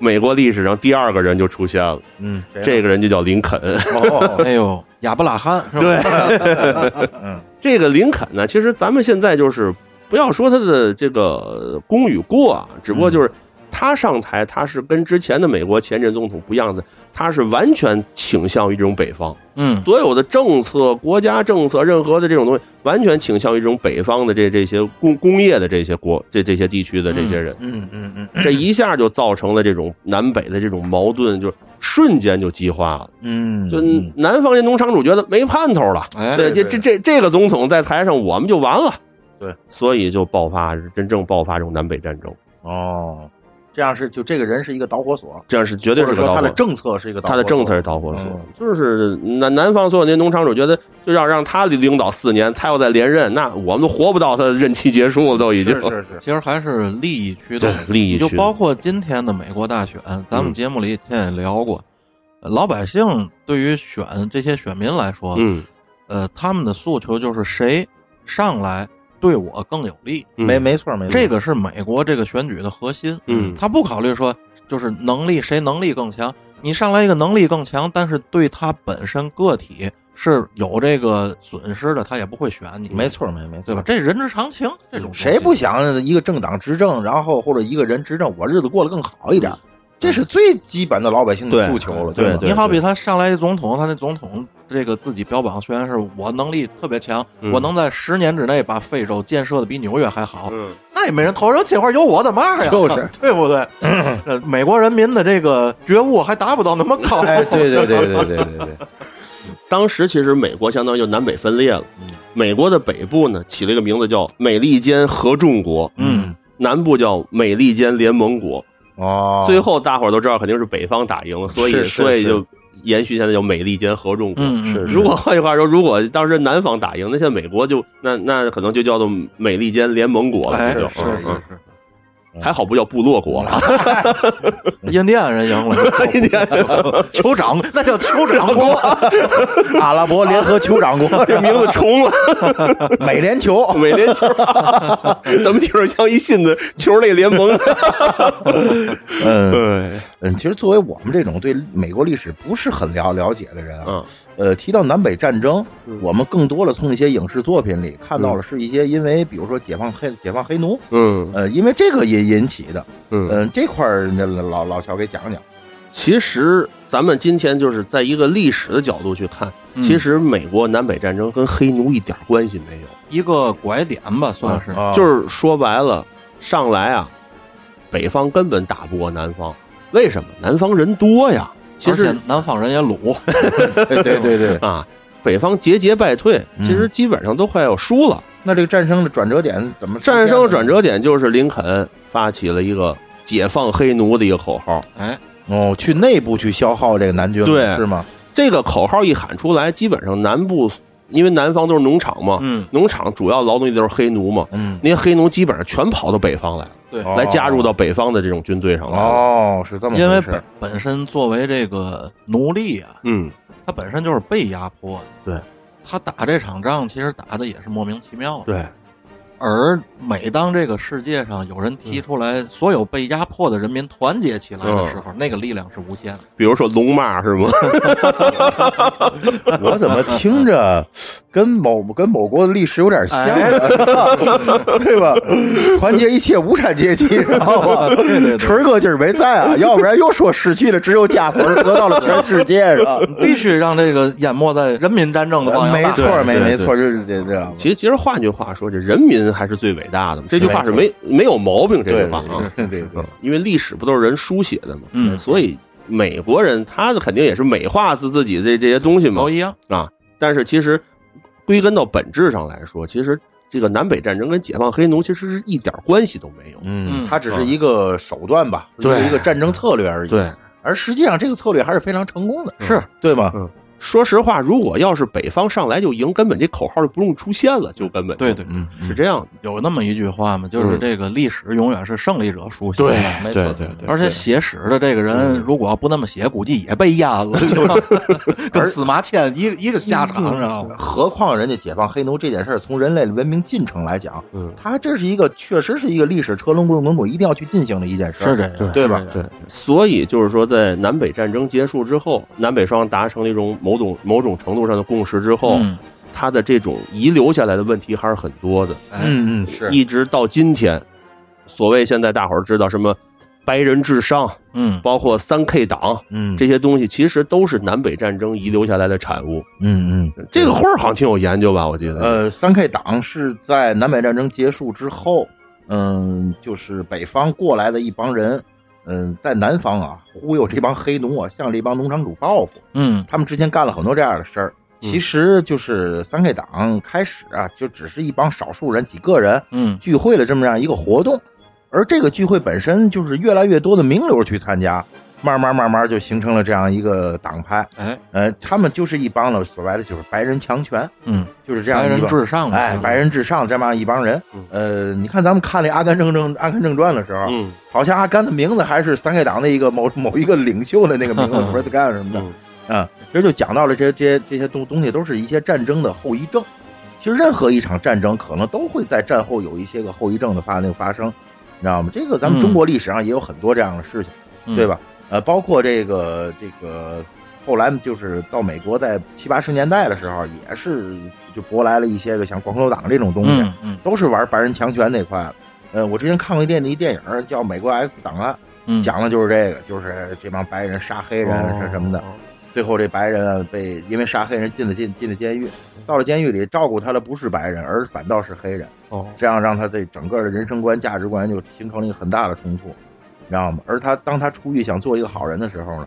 Speaker 3: 美国历史上第二个人就出现了，
Speaker 2: 嗯，
Speaker 3: 这个人就叫林肯。
Speaker 2: 啊哦
Speaker 3: (laughs)
Speaker 1: 嗯，哎呦，亚伯拉罕是吧？
Speaker 3: 对，
Speaker 2: 嗯
Speaker 3: 这个林肯呢，其实咱们现在就是不要说他的这个功与过啊，只不过
Speaker 2: 嗯
Speaker 3: 就是他上台，他是跟之前的美国前任总统不一样的，他是完全倾向于这种北方，
Speaker 1: 嗯
Speaker 3: 所有的政策、国家政策，任何的这种东西，完全倾向于这种北方的这这些工工业的这些国这这些地区的这些人，
Speaker 2: 嗯嗯嗯
Speaker 3: 这一下就造成了这种南北的这种矛盾，就瞬间就激化了。
Speaker 2: 嗯，
Speaker 3: 就南方这农场主觉得没盼头了，
Speaker 1: 哎
Speaker 3: 对，这
Speaker 2: 对
Speaker 3: 这这这个总统在台上，我们就完了。
Speaker 2: 对，
Speaker 3: 所以就爆发真正爆发这种南北战争，
Speaker 2: 哦，这样是就这个人是一个导火索，
Speaker 3: 这样是绝
Speaker 2: 或
Speaker 3: 对
Speaker 2: 者
Speaker 3: 是
Speaker 2: 说
Speaker 3: 个导
Speaker 2: 他
Speaker 3: 火
Speaker 2: 的
Speaker 3: 索。
Speaker 2: 政策是一个导火
Speaker 3: 他
Speaker 2: 索，
Speaker 3: 的政策是导火索
Speaker 2: 嗯，
Speaker 3: 就是南南方所有那些农场主觉得，就要让他领导四年，他要再连任，那我们都活不到他的任期结束了，都已经
Speaker 2: 是。是是，
Speaker 1: 其实还是利益驱动
Speaker 3: (laughs) 对，利益
Speaker 1: 你就
Speaker 3: 驱动
Speaker 1: 包括今天的美国大选，咱
Speaker 2: 嗯
Speaker 1: 们节目里以前也聊过，呃老百姓对于选这些选民来说，
Speaker 3: 嗯，
Speaker 1: 呃，他们的诉求就是谁上来对我更有利，
Speaker 3: 嗯
Speaker 2: 没没错没错，
Speaker 1: 这个是美国这个选举的核心。
Speaker 3: 嗯
Speaker 1: 他不考虑说就是能力谁能力更强，你上来一个能力更强，但是对他本身个体是有这个损失的，他也不会选你，
Speaker 2: 没错没没
Speaker 1: 对
Speaker 2: 错
Speaker 1: 吧？。这人之常情，这种东西
Speaker 2: 谁不？想一个政党执政，然后或者一个人执政，我日子过得更好一点？这是最基本的老百姓的
Speaker 3: 嗯对
Speaker 2: 诉求了，
Speaker 3: 对
Speaker 2: 吧？
Speaker 3: 对
Speaker 1: 你好比他上来一总统，他那总统这个自己标榜虽然是我能力特别强，
Speaker 3: 嗯
Speaker 1: 我能在十年之内把非洲建设的比纽约还好，
Speaker 3: 嗯，
Speaker 1: 那也没人投人这会儿有我的嘛呀？
Speaker 2: 就是
Speaker 3: (laughs)
Speaker 1: 对不对？呃美国人民的这个觉悟还达不到那么高。
Speaker 2: 哎，对对对对对对对，
Speaker 3: 当时其实美国相当于就南北分裂了。美国的北部呢，起了一个名字叫美利坚合众国，
Speaker 1: 嗯，
Speaker 3: 南部叫美利坚联盟国。
Speaker 2: 哦，
Speaker 3: 最后大伙儿都知道肯定是北方打赢了，所以
Speaker 2: 是是
Speaker 3: 所以
Speaker 2: 是
Speaker 3: 就延续现在叫美利坚合众国。
Speaker 1: 嗯嗯是
Speaker 3: 如果换句话说，如果当时南方打赢，那现在美国就那那可能就叫做美利坚联盟国了，
Speaker 1: 哎，
Speaker 3: 这就是嗯
Speaker 1: 是
Speaker 3: 嗯
Speaker 1: 是，
Speaker 3: 还好不叫部落国了。
Speaker 1: 印第安人赢了，印第安人 (laughs) 酋长那叫酋长国，
Speaker 2: 阿拉伯联合酋长国，
Speaker 3: (laughs) 这名字重了，
Speaker 2: 美联酋，
Speaker 3: (laughs) 美联球，怎么听着像一新的球类联盟？
Speaker 2: 嗯
Speaker 3: 对，
Speaker 2: 嗯，其实作为我们这种对美国历史不是很了了解的人啊，
Speaker 3: 嗯
Speaker 2: 呃，提到南北战争
Speaker 3: 嗯，
Speaker 2: 我们更多的从一些影视作品里看到了是一些因为比如说解放黑解放黑奴，
Speaker 3: 嗯
Speaker 2: 呃，因为这个引引起的，
Speaker 3: 嗯
Speaker 2: 嗯，这块儿那老老乔给讲讲，
Speaker 3: 其实咱们今天就是在一个历史的角度去看，其实美国南北战争跟黑奴一点关系没有。
Speaker 1: (laughs) 一个拐点吧，算是。
Speaker 2: 啊
Speaker 3: 就是说白了，上来啊，北方根本打不过南方，为什么？南方人多呀。其
Speaker 1: 而
Speaker 3: 实
Speaker 1: 且南方人也鲁，
Speaker 2: (laughs) 对对对对，
Speaker 3: 啊，北方节节败退，
Speaker 2: 嗯
Speaker 3: 其实基本上都快要输了。
Speaker 2: 那这个战争的转折点怎么出现
Speaker 3: 战
Speaker 2: 的
Speaker 3: 争转折点就是林肯发起了一个解放黑奴的一个口号，
Speaker 1: 哎，
Speaker 2: 哦，去内部去消耗这个南军，
Speaker 3: 对嗯
Speaker 2: 是吗？
Speaker 3: 这个口号一喊出来，基本上南部因为南方都是农场嘛，
Speaker 1: 嗯
Speaker 3: 农场主要劳动力都是黑奴嘛，
Speaker 2: 嗯，
Speaker 3: 那些黑奴基本上全跑到北方来了，
Speaker 1: 对，
Speaker 2: 哦
Speaker 3: 来加入到北方的这种军队上来了。
Speaker 2: 哦，是这么
Speaker 1: 因为
Speaker 2: 回事
Speaker 1: 本本身作为这个奴隶啊，
Speaker 3: 嗯，
Speaker 1: 他本身就是被压迫的。
Speaker 3: 对，
Speaker 1: 他打这场仗其实打的也是莫名其妙的。
Speaker 3: 对，
Speaker 1: 而每当这个世界上有人提出来所有被压迫的人民团结起来
Speaker 3: 嗯
Speaker 1: 的时候，那个力量是无限的。
Speaker 3: 比如说龙妈是吗？
Speaker 2: 我怎么听着跟某跟某国的历史有点像，啊
Speaker 1: 哎
Speaker 2: (laughs) 对吧？团结一切无产阶级，知道吗？
Speaker 1: 对对对，
Speaker 2: 锤儿哥今儿没在啊，要不然又说失去了只有家村儿得到了全世界，是吧？
Speaker 1: 必须让这个淹没在人民战争的汪洋
Speaker 2: 没
Speaker 1: 大海
Speaker 2: 错儿，没
Speaker 1: 对
Speaker 2: 没
Speaker 1: 对
Speaker 2: 错儿，就是这这样。
Speaker 3: 其实，其实换句话说，这人民还是最伟大的嘛。这句话是没没有毛病，这句话啊，
Speaker 2: 对对对
Speaker 3: 嗯因为历史不都是人书写的嘛，
Speaker 1: 嗯
Speaker 3: 所以美国人他肯定也是美化自自己这这些东西嘛
Speaker 1: 都一样。
Speaker 3: 啊。但是其实归根到本质上来说，其实这个南北战争跟解放黑奴其实是一点关系都没有。
Speaker 2: 嗯
Speaker 1: 嗯
Speaker 2: 它只是一个手段吧，
Speaker 3: 对
Speaker 2: 就是一个战争策略而已。，
Speaker 3: 对，
Speaker 2: 而实际上这个策略还是非常成功的，
Speaker 1: 是嗯
Speaker 2: 对吗？
Speaker 3: 说实话，如果要是北方上来就赢，根本这口号就不用出现了，就根本
Speaker 1: 对对，
Speaker 2: 嗯，
Speaker 3: 是这样的。
Speaker 1: 有那么一句话嘛，就是
Speaker 3: 嗯
Speaker 1: 这个历史永远是胜利者书写的，没错。
Speaker 3: 对对嗯
Speaker 1: 而且写史的这个人，如果要不那么写，估计也被淹了，
Speaker 3: (laughs)
Speaker 1: 就是跟司马迁一个一个下场，知道吗？
Speaker 2: 何况人家解放黑奴这件事儿，从人类文明进程来讲，
Speaker 3: 嗯
Speaker 2: 它这是一个确实是一个历史车轮滚滚滚一定要去进行的一件事儿，
Speaker 1: 是这样，
Speaker 2: 对吧
Speaker 1: 是这样？
Speaker 3: 对，所以就是说，在南北战争结束之后，南北双方达成了一种某种某种程度上的共识之后，
Speaker 1: 嗯，
Speaker 3: 它的这种遗留下来的问题还是很多的，
Speaker 1: 哎，
Speaker 2: 嗯嗯是
Speaker 3: 一直到今天，所谓现在大伙儿知道什么白人至上，
Speaker 1: 嗯，
Speaker 3: 包括三 K 党
Speaker 2: 嗯
Speaker 3: 这些东西，其实都是南北战争遗留下来的产物。
Speaker 2: 嗯嗯。
Speaker 3: 这个会儿好像挺有研究吧？我记得，
Speaker 2: 呃，三 K 党是在南北战争结束之后，嗯，就是北方过来的一帮人，嗯，在南方啊忽悠这帮黑奴啊，向这帮农场主报复。
Speaker 1: 嗯，
Speaker 2: 他们之前干了很多这样的事儿。其实就是三 K 党开始啊，就只是一帮少数人、几个人
Speaker 1: 嗯，
Speaker 2: 聚会的这么样一个活动，而这个聚会本身就是越来越多的名流去参加，慢慢慢慢就形成了这样一个党派。
Speaker 1: 哎，
Speaker 2: 呃，他们就是一帮了所谓的就是白人强权，
Speaker 1: 嗯，
Speaker 2: 就是这样
Speaker 1: 白
Speaker 2: 一帮
Speaker 1: 人至上嗯嘛，
Speaker 2: 哎，白人至上这么一帮人
Speaker 3: 嗯。
Speaker 2: 呃，你看咱们看那《阿甘正正阿甘正传》的时候，
Speaker 3: 嗯
Speaker 2: 好像阿甘的名字还是三 K 党的一个某某一个领袖的那个名
Speaker 1: (laughs)
Speaker 2: 字，Fred g a n 什么的。
Speaker 3: 嗯
Speaker 2: 啊，其实就讲到了这些这些这些东东西，都是一些战争的后遗症。其实任何一场战争，可能都会在战后有一些个后遗症的发那个发生，你知道吗？这个咱们中国历史上也有很多这样的事情，
Speaker 1: 嗯
Speaker 2: 对？吧？呃，包括这个这个后来就是到美国在七八十年代的时候，也是就舶来了一些个像光头党这种东西，
Speaker 1: 嗯嗯
Speaker 2: 都是玩白人强权那块了。呃，我之前看过一电一电影儿叫《美国 X 档案》，
Speaker 1: 嗯，哦
Speaker 2: 讲的就是这个，就是这帮白人杀黑人是什么的。最后这白人啊被因为杀黑人进了进进了监狱，到了监狱里照顾他的不是白人，而反倒是黑人，
Speaker 3: 哦，
Speaker 2: 这样让他这整个的人生观、价值观就形成了一个很大的冲突，你知道吗？而他当他出狱想做一个好人的时候呢，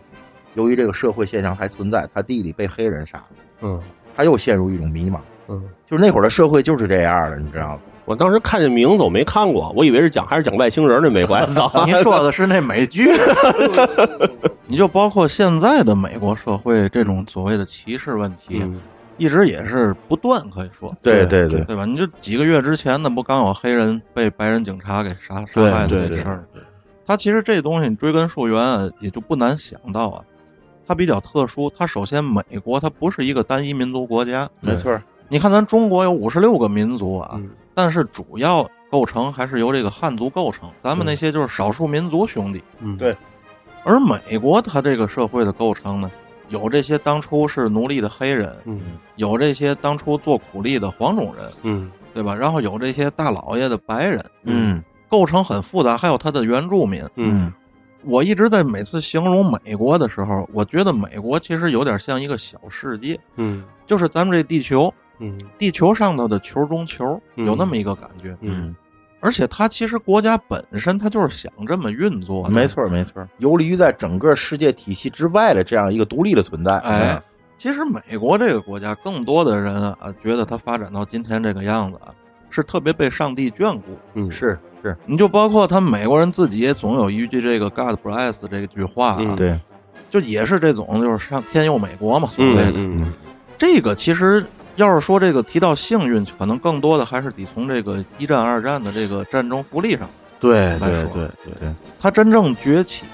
Speaker 2: 由于这个社会现象还存在，他弟弟被黑人杀了，
Speaker 3: 嗯
Speaker 2: 他又陷入一种迷茫，
Speaker 3: 嗯。
Speaker 2: 就是那会儿的社会就是这样的，你知道吗？
Speaker 3: 我当时看这名字我没看过，我以为是讲还是讲外星人呢，美
Speaker 2: (laughs)
Speaker 3: 国
Speaker 1: 您说的是那美剧，你就包括现在的美国社会这种所谓的歧视问题，
Speaker 3: 嗯
Speaker 1: 一直也是不断，可以说，
Speaker 2: 对
Speaker 1: 对吧？你就几个月之前，那不刚有黑人被白人警察给杀杀害的那事儿？他其实这东西你追根溯源啊，也就不难想到啊。它比较特殊，它首先美国它不是一个单一民族国家，
Speaker 2: 没错儿，
Speaker 1: 你看咱中国有五十六个民族啊，
Speaker 3: 嗯
Speaker 1: 但是主要构成还是由这个汉族构成，咱们那些就是少数民族兄弟。
Speaker 3: 嗯
Speaker 2: 对
Speaker 1: 而美国它这个社会的构成呢，有这些当初是奴隶的黑人，
Speaker 3: 嗯
Speaker 1: 有这些当初做苦力的黄种人，
Speaker 3: 嗯
Speaker 1: 对吧？然后有这些大老爷的白人，，
Speaker 2: 嗯
Speaker 1: 嗯构成很复杂，还有它的原住民。
Speaker 3: 嗯
Speaker 1: 我一直在每次形容美国的时候，我觉得美国其实有点像一个小世界，
Speaker 3: 嗯
Speaker 1: 就是咱们这地球，
Speaker 3: 嗯
Speaker 1: 地球上头的球中球，
Speaker 3: 嗯
Speaker 1: 有那么一个感觉。
Speaker 3: 嗯
Speaker 1: 而且它其实国家本身它就是想这么运作的，
Speaker 2: 没。错儿，没错儿，游离于在整个世界体系之外的这样一个独立的存在，
Speaker 1: 哎，其实美国这个国家，更多的人啊，觉得它发展到今天这个样子啊，是特别被上帝眷顾。
Speaker 3: 嗯
Speaker 2: 是是，
Speaker 1: 你就包括他们美国人自己也总有一句这个 “God bless” 这句话啊，
Speaker 3: 嗯
Speaker 2: 对，
Speaker 1: 就也是这种就是上天佑美国嘛所谓的。
Speaker 3: 嗯
Speaker 1: 这个其实要是说这个提到幸运，可能更多的还是得从这个一战、二战的这个战争福利上，
Speaker 3: 对
Speaker 1: 来说
Speaker 3: 对
Speaker 1: 它真正崛起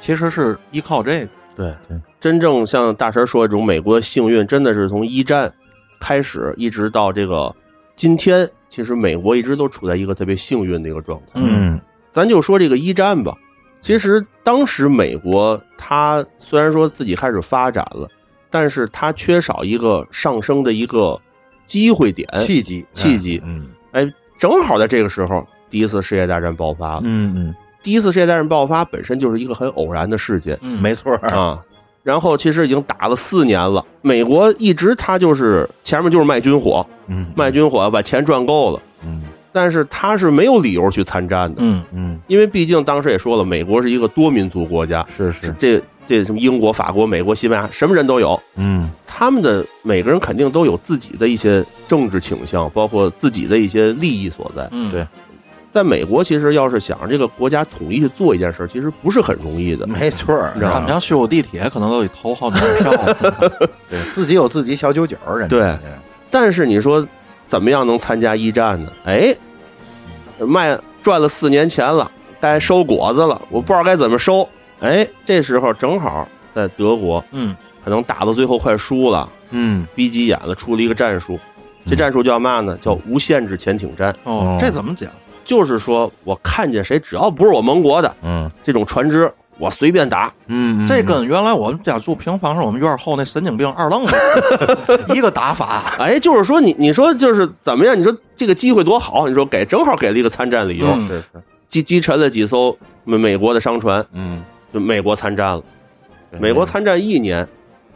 Speaker 1: 其实是依靠这个。
Speaker 3: 对
Speaker 2: 对，
Speaker 3: 真正像大神说的这种美国的幸运，真的是从一战开始一直到这个今天，其实美国一直都处在一个特别幸运的一个状态。
Speaker 2: 嗯
Speaker 3: 咱就说这个一战吧，其实当时美国它虽然说自己开始发展了，但是它缺少一个上升的一个机会点，
Speaker 2: 契机，
Speaker 3: 契哎机
Speaker 2: 嗯
Speaker 3: 正好在这个时候，第一次世界大战爆发了。
Speaker 2: 嗯
Speaker 3: 第一次世界大战爆发本身就是一个很偶然的事件
Speaker 2: 嗯，没错儿，
Speaker 3: 啊。然后其实已经打了四年了，美国一直他就是前面就是卖军火，
Speaker 2: 嗯，
Speaker 3: 卖军火把钱赚够了，
Speaker 2: 嗯
Speaker 3: 但是他是没有理由去参战的，
Speaker 1: 嗯
Speaker 2: 嗯，
Speaker 3: 因为毕竟当时也说了，美国是一个多民族国家，
Speaker 2: 是
Speaker 3: 是
Speaker 2: 是，
Speaker 3: 这这什么英国、法国、美国、西班牙什么人都有，
Speaker 2: 嗯
Speaker 3: 他们的每个人肯定都有自己的一些政治倾向，包括自己的一些利益所在。
Speaker 1: 嗯，
Speaker 2: 对
Speaker 3: 在美国，其实要是想让这个国家统一去做一件事儿，其实不是很容易的。
Speaker 2: 没错儿，
Speaker 3: 你知道
Speaker 1: 他
Speaker 3: 吗
Speaker 1: 们想修地铁，可能都得投好几张
Speaker 2: (laughs)
Speaker 1: 票。
Speaker 2: 对自己有自己小九九儿，人家
Speaker 3: 对
Speaker 2: 人家
Speaker 3: 但是你说怎么样能参加一战呢？哎，卖赚了四年钱了，该收果子了，我不知道该怎么收。哎，这时候正好在德国，
Speaker 1: 嗯，
Speaker 3: 可能打到最后快输了，
Speaker 2: 嗯
Speaker 3: 逼急眼了，出了一个战术。这战术叫嘛呢？叫无限制潜艇战。
Speaker 1: 哦
Speaker 2: 哦，
Speaker 1: 这怎么讲？
Speaker 3: 就是说我看见谁只要不是我盟国的
Speaker 2: 嗯
Speaker 3: 这种船只，我随便打。
Speaker 2: 嗯，
Speaker 1: 这跟原来我们家住平房时候，我们院后那神经病二愣子
Speaker 2: (laughs)
Speaker 1: 一个打法。
Speaker 3: (laughs) 哎，就是说你你说就是怎么样？你说这个机会多好？你说给正好给了一个参战理由，
Speaker 1: 嗯
Speaker 2: 是是，
Speaker 3: 击击沉了几艘美美国的商船，
Speaker 2: 嗯，
Speaker 3: 就美国参战了。
Speaker 2: 对
Speaker 3: 美国参战一年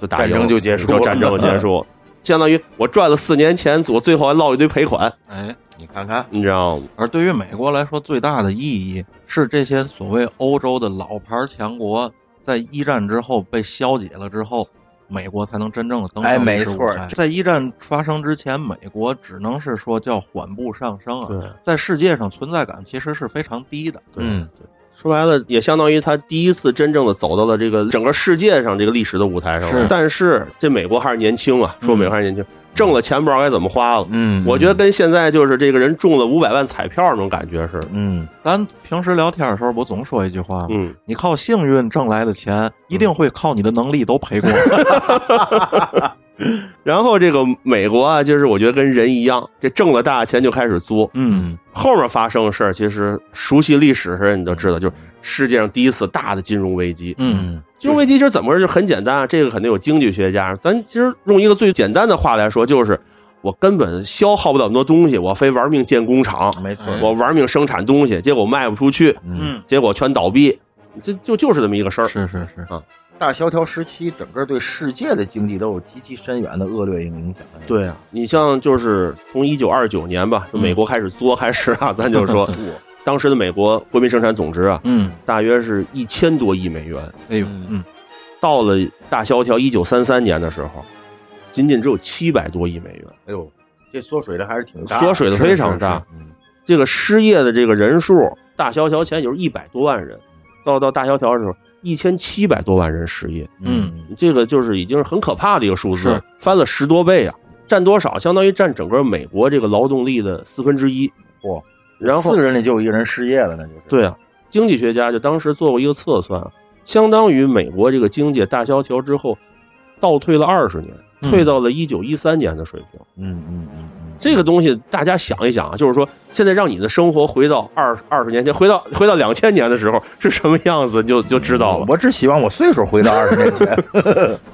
Speaker 3: 就打赢了
Speaker 2: 战争就结束了
Speaker 3: 就战争就结束了，相当于我赚了四年钱，我最后还落一堆赔款，
Speaker 1: 哎，
Speaker 2: (laughs) 你看看，
Speaker 3: 你知道吗？
Speaker 1: 而对于美国来说，最大的意义是这些所谓欧洲的老牌强国在一战之后被消解了之后，美国才能真正的登上
Speaker 2: 哎
Speaker 1: 历
Speaker 2: 没
Speaker 1: 史舞
Speaker 2: 错
Speaker 1: 台在一战发生之前，美国只能是说叫缓步上升啊，
Speaker 3: 对
Speaker 1: 在世界上存在感其实是非常低的。
Speaker 3: 对
Speaker 2: 嗯
Speaker 3: 说白了，也相当于他第一次真正的走到了这个整个世界上这个历史的舞台上了。
Speaker 1: 是
Speaker 3: 但是这美国还是年轻啊，说美国还是年轻，挣了钱不知道该怎么花了。
Speaker 2: 嗯，
Speaker 3: 我觉得跟现在就是这个人中了五百万彩票那种感觉似的。
Speaker 2: 嗯
Speaker 1: 咱平时聊天的时候不总说一句话吗？
Speaker 3: 嗯，
Speaker 1: 你靠幸运挣来的钱，一定会靠你的能力都赔 (laughs) 光。
Speaker 3: 然后这个美国啊，就是我觉得跟人一样，这挣了大钱就开始作。
Speaker 1: 嗯，
Speaker 3: 后面发生的事儿，其实熟悉历史的人你都知道，就是世界上第一次大的金融危机。
Speaker 1: 嗯，
Speaker 3: 金融危机其实怎么回事？就很简单啊，这个肯定有经济学家。咱其实用一个最简单的话来说，就是我根本消耗不了那么多东西，我非玩命建工厂，
Speaker 2: 嗯没错，
Speaker 3: 我玩命生产东西，结果卖不出去，
Speaker 1: 嗯，
Speaker 3: 结果全倒闭，这就就是这么一个事儿。
Speaker 1: 是是是，
Speaker 2: 嗯大萧条时期整个对世界的经济都有极其深远的恶劣影影响。
Speaker 3: 对啊，嗯你像就是从一九二九年吧，就美国开始作开始 (laughs) 啊，咱就说当时的美国国民生产总值啊，
Speaker 1: 嗯，
Speaker 3: 大约是一千多亿美元。
Speaker 1: 哎呦，嗯
Speaker 2: 嗯，
Speaker 3: 到了大萧条一九三三年的时候，仅仅只有七百多亿美元。
Speaker 2: 哎呦，这缩水的还是嗯挺大，
Speaker 3: 缩水的非常大。这个失业的这个人数，大萧条前有一百多万人，到到大萧条的时候，一千七百多万人失业，
Speaker 1: 嗯，
Speaker 3: 这个就是已经是很可怕的一个数字
Speaker 1: 是，
Speaker 3: 翻了十多倍啊！占多少？相当于占整个美国这个劳动力的四分之一。
Speaker 2: 哇！
Speaker 3: 然后
Speaker 2: 四个人里就有一个人失业了，那就是。
Speaker 3: 对啊，经济学家就当时做过一个测算，相当于美国这个经济大萧条之后倒退了二十年，
Speaker 1: 嗯
Speaker 3: 退到了一九一三年的水平。
Speaker 2: 嗯嗯嗯嗯，
Speaker 3: 这个东西大家想一想啊，就是说现在让你的生活回到二二十年前，回到回到两千年的时候是什么样子，你就就知道了。
Speaker 2: 我只希望我岁数回到二十年
Speaker 3: (laughs)
Speaker 2: 前。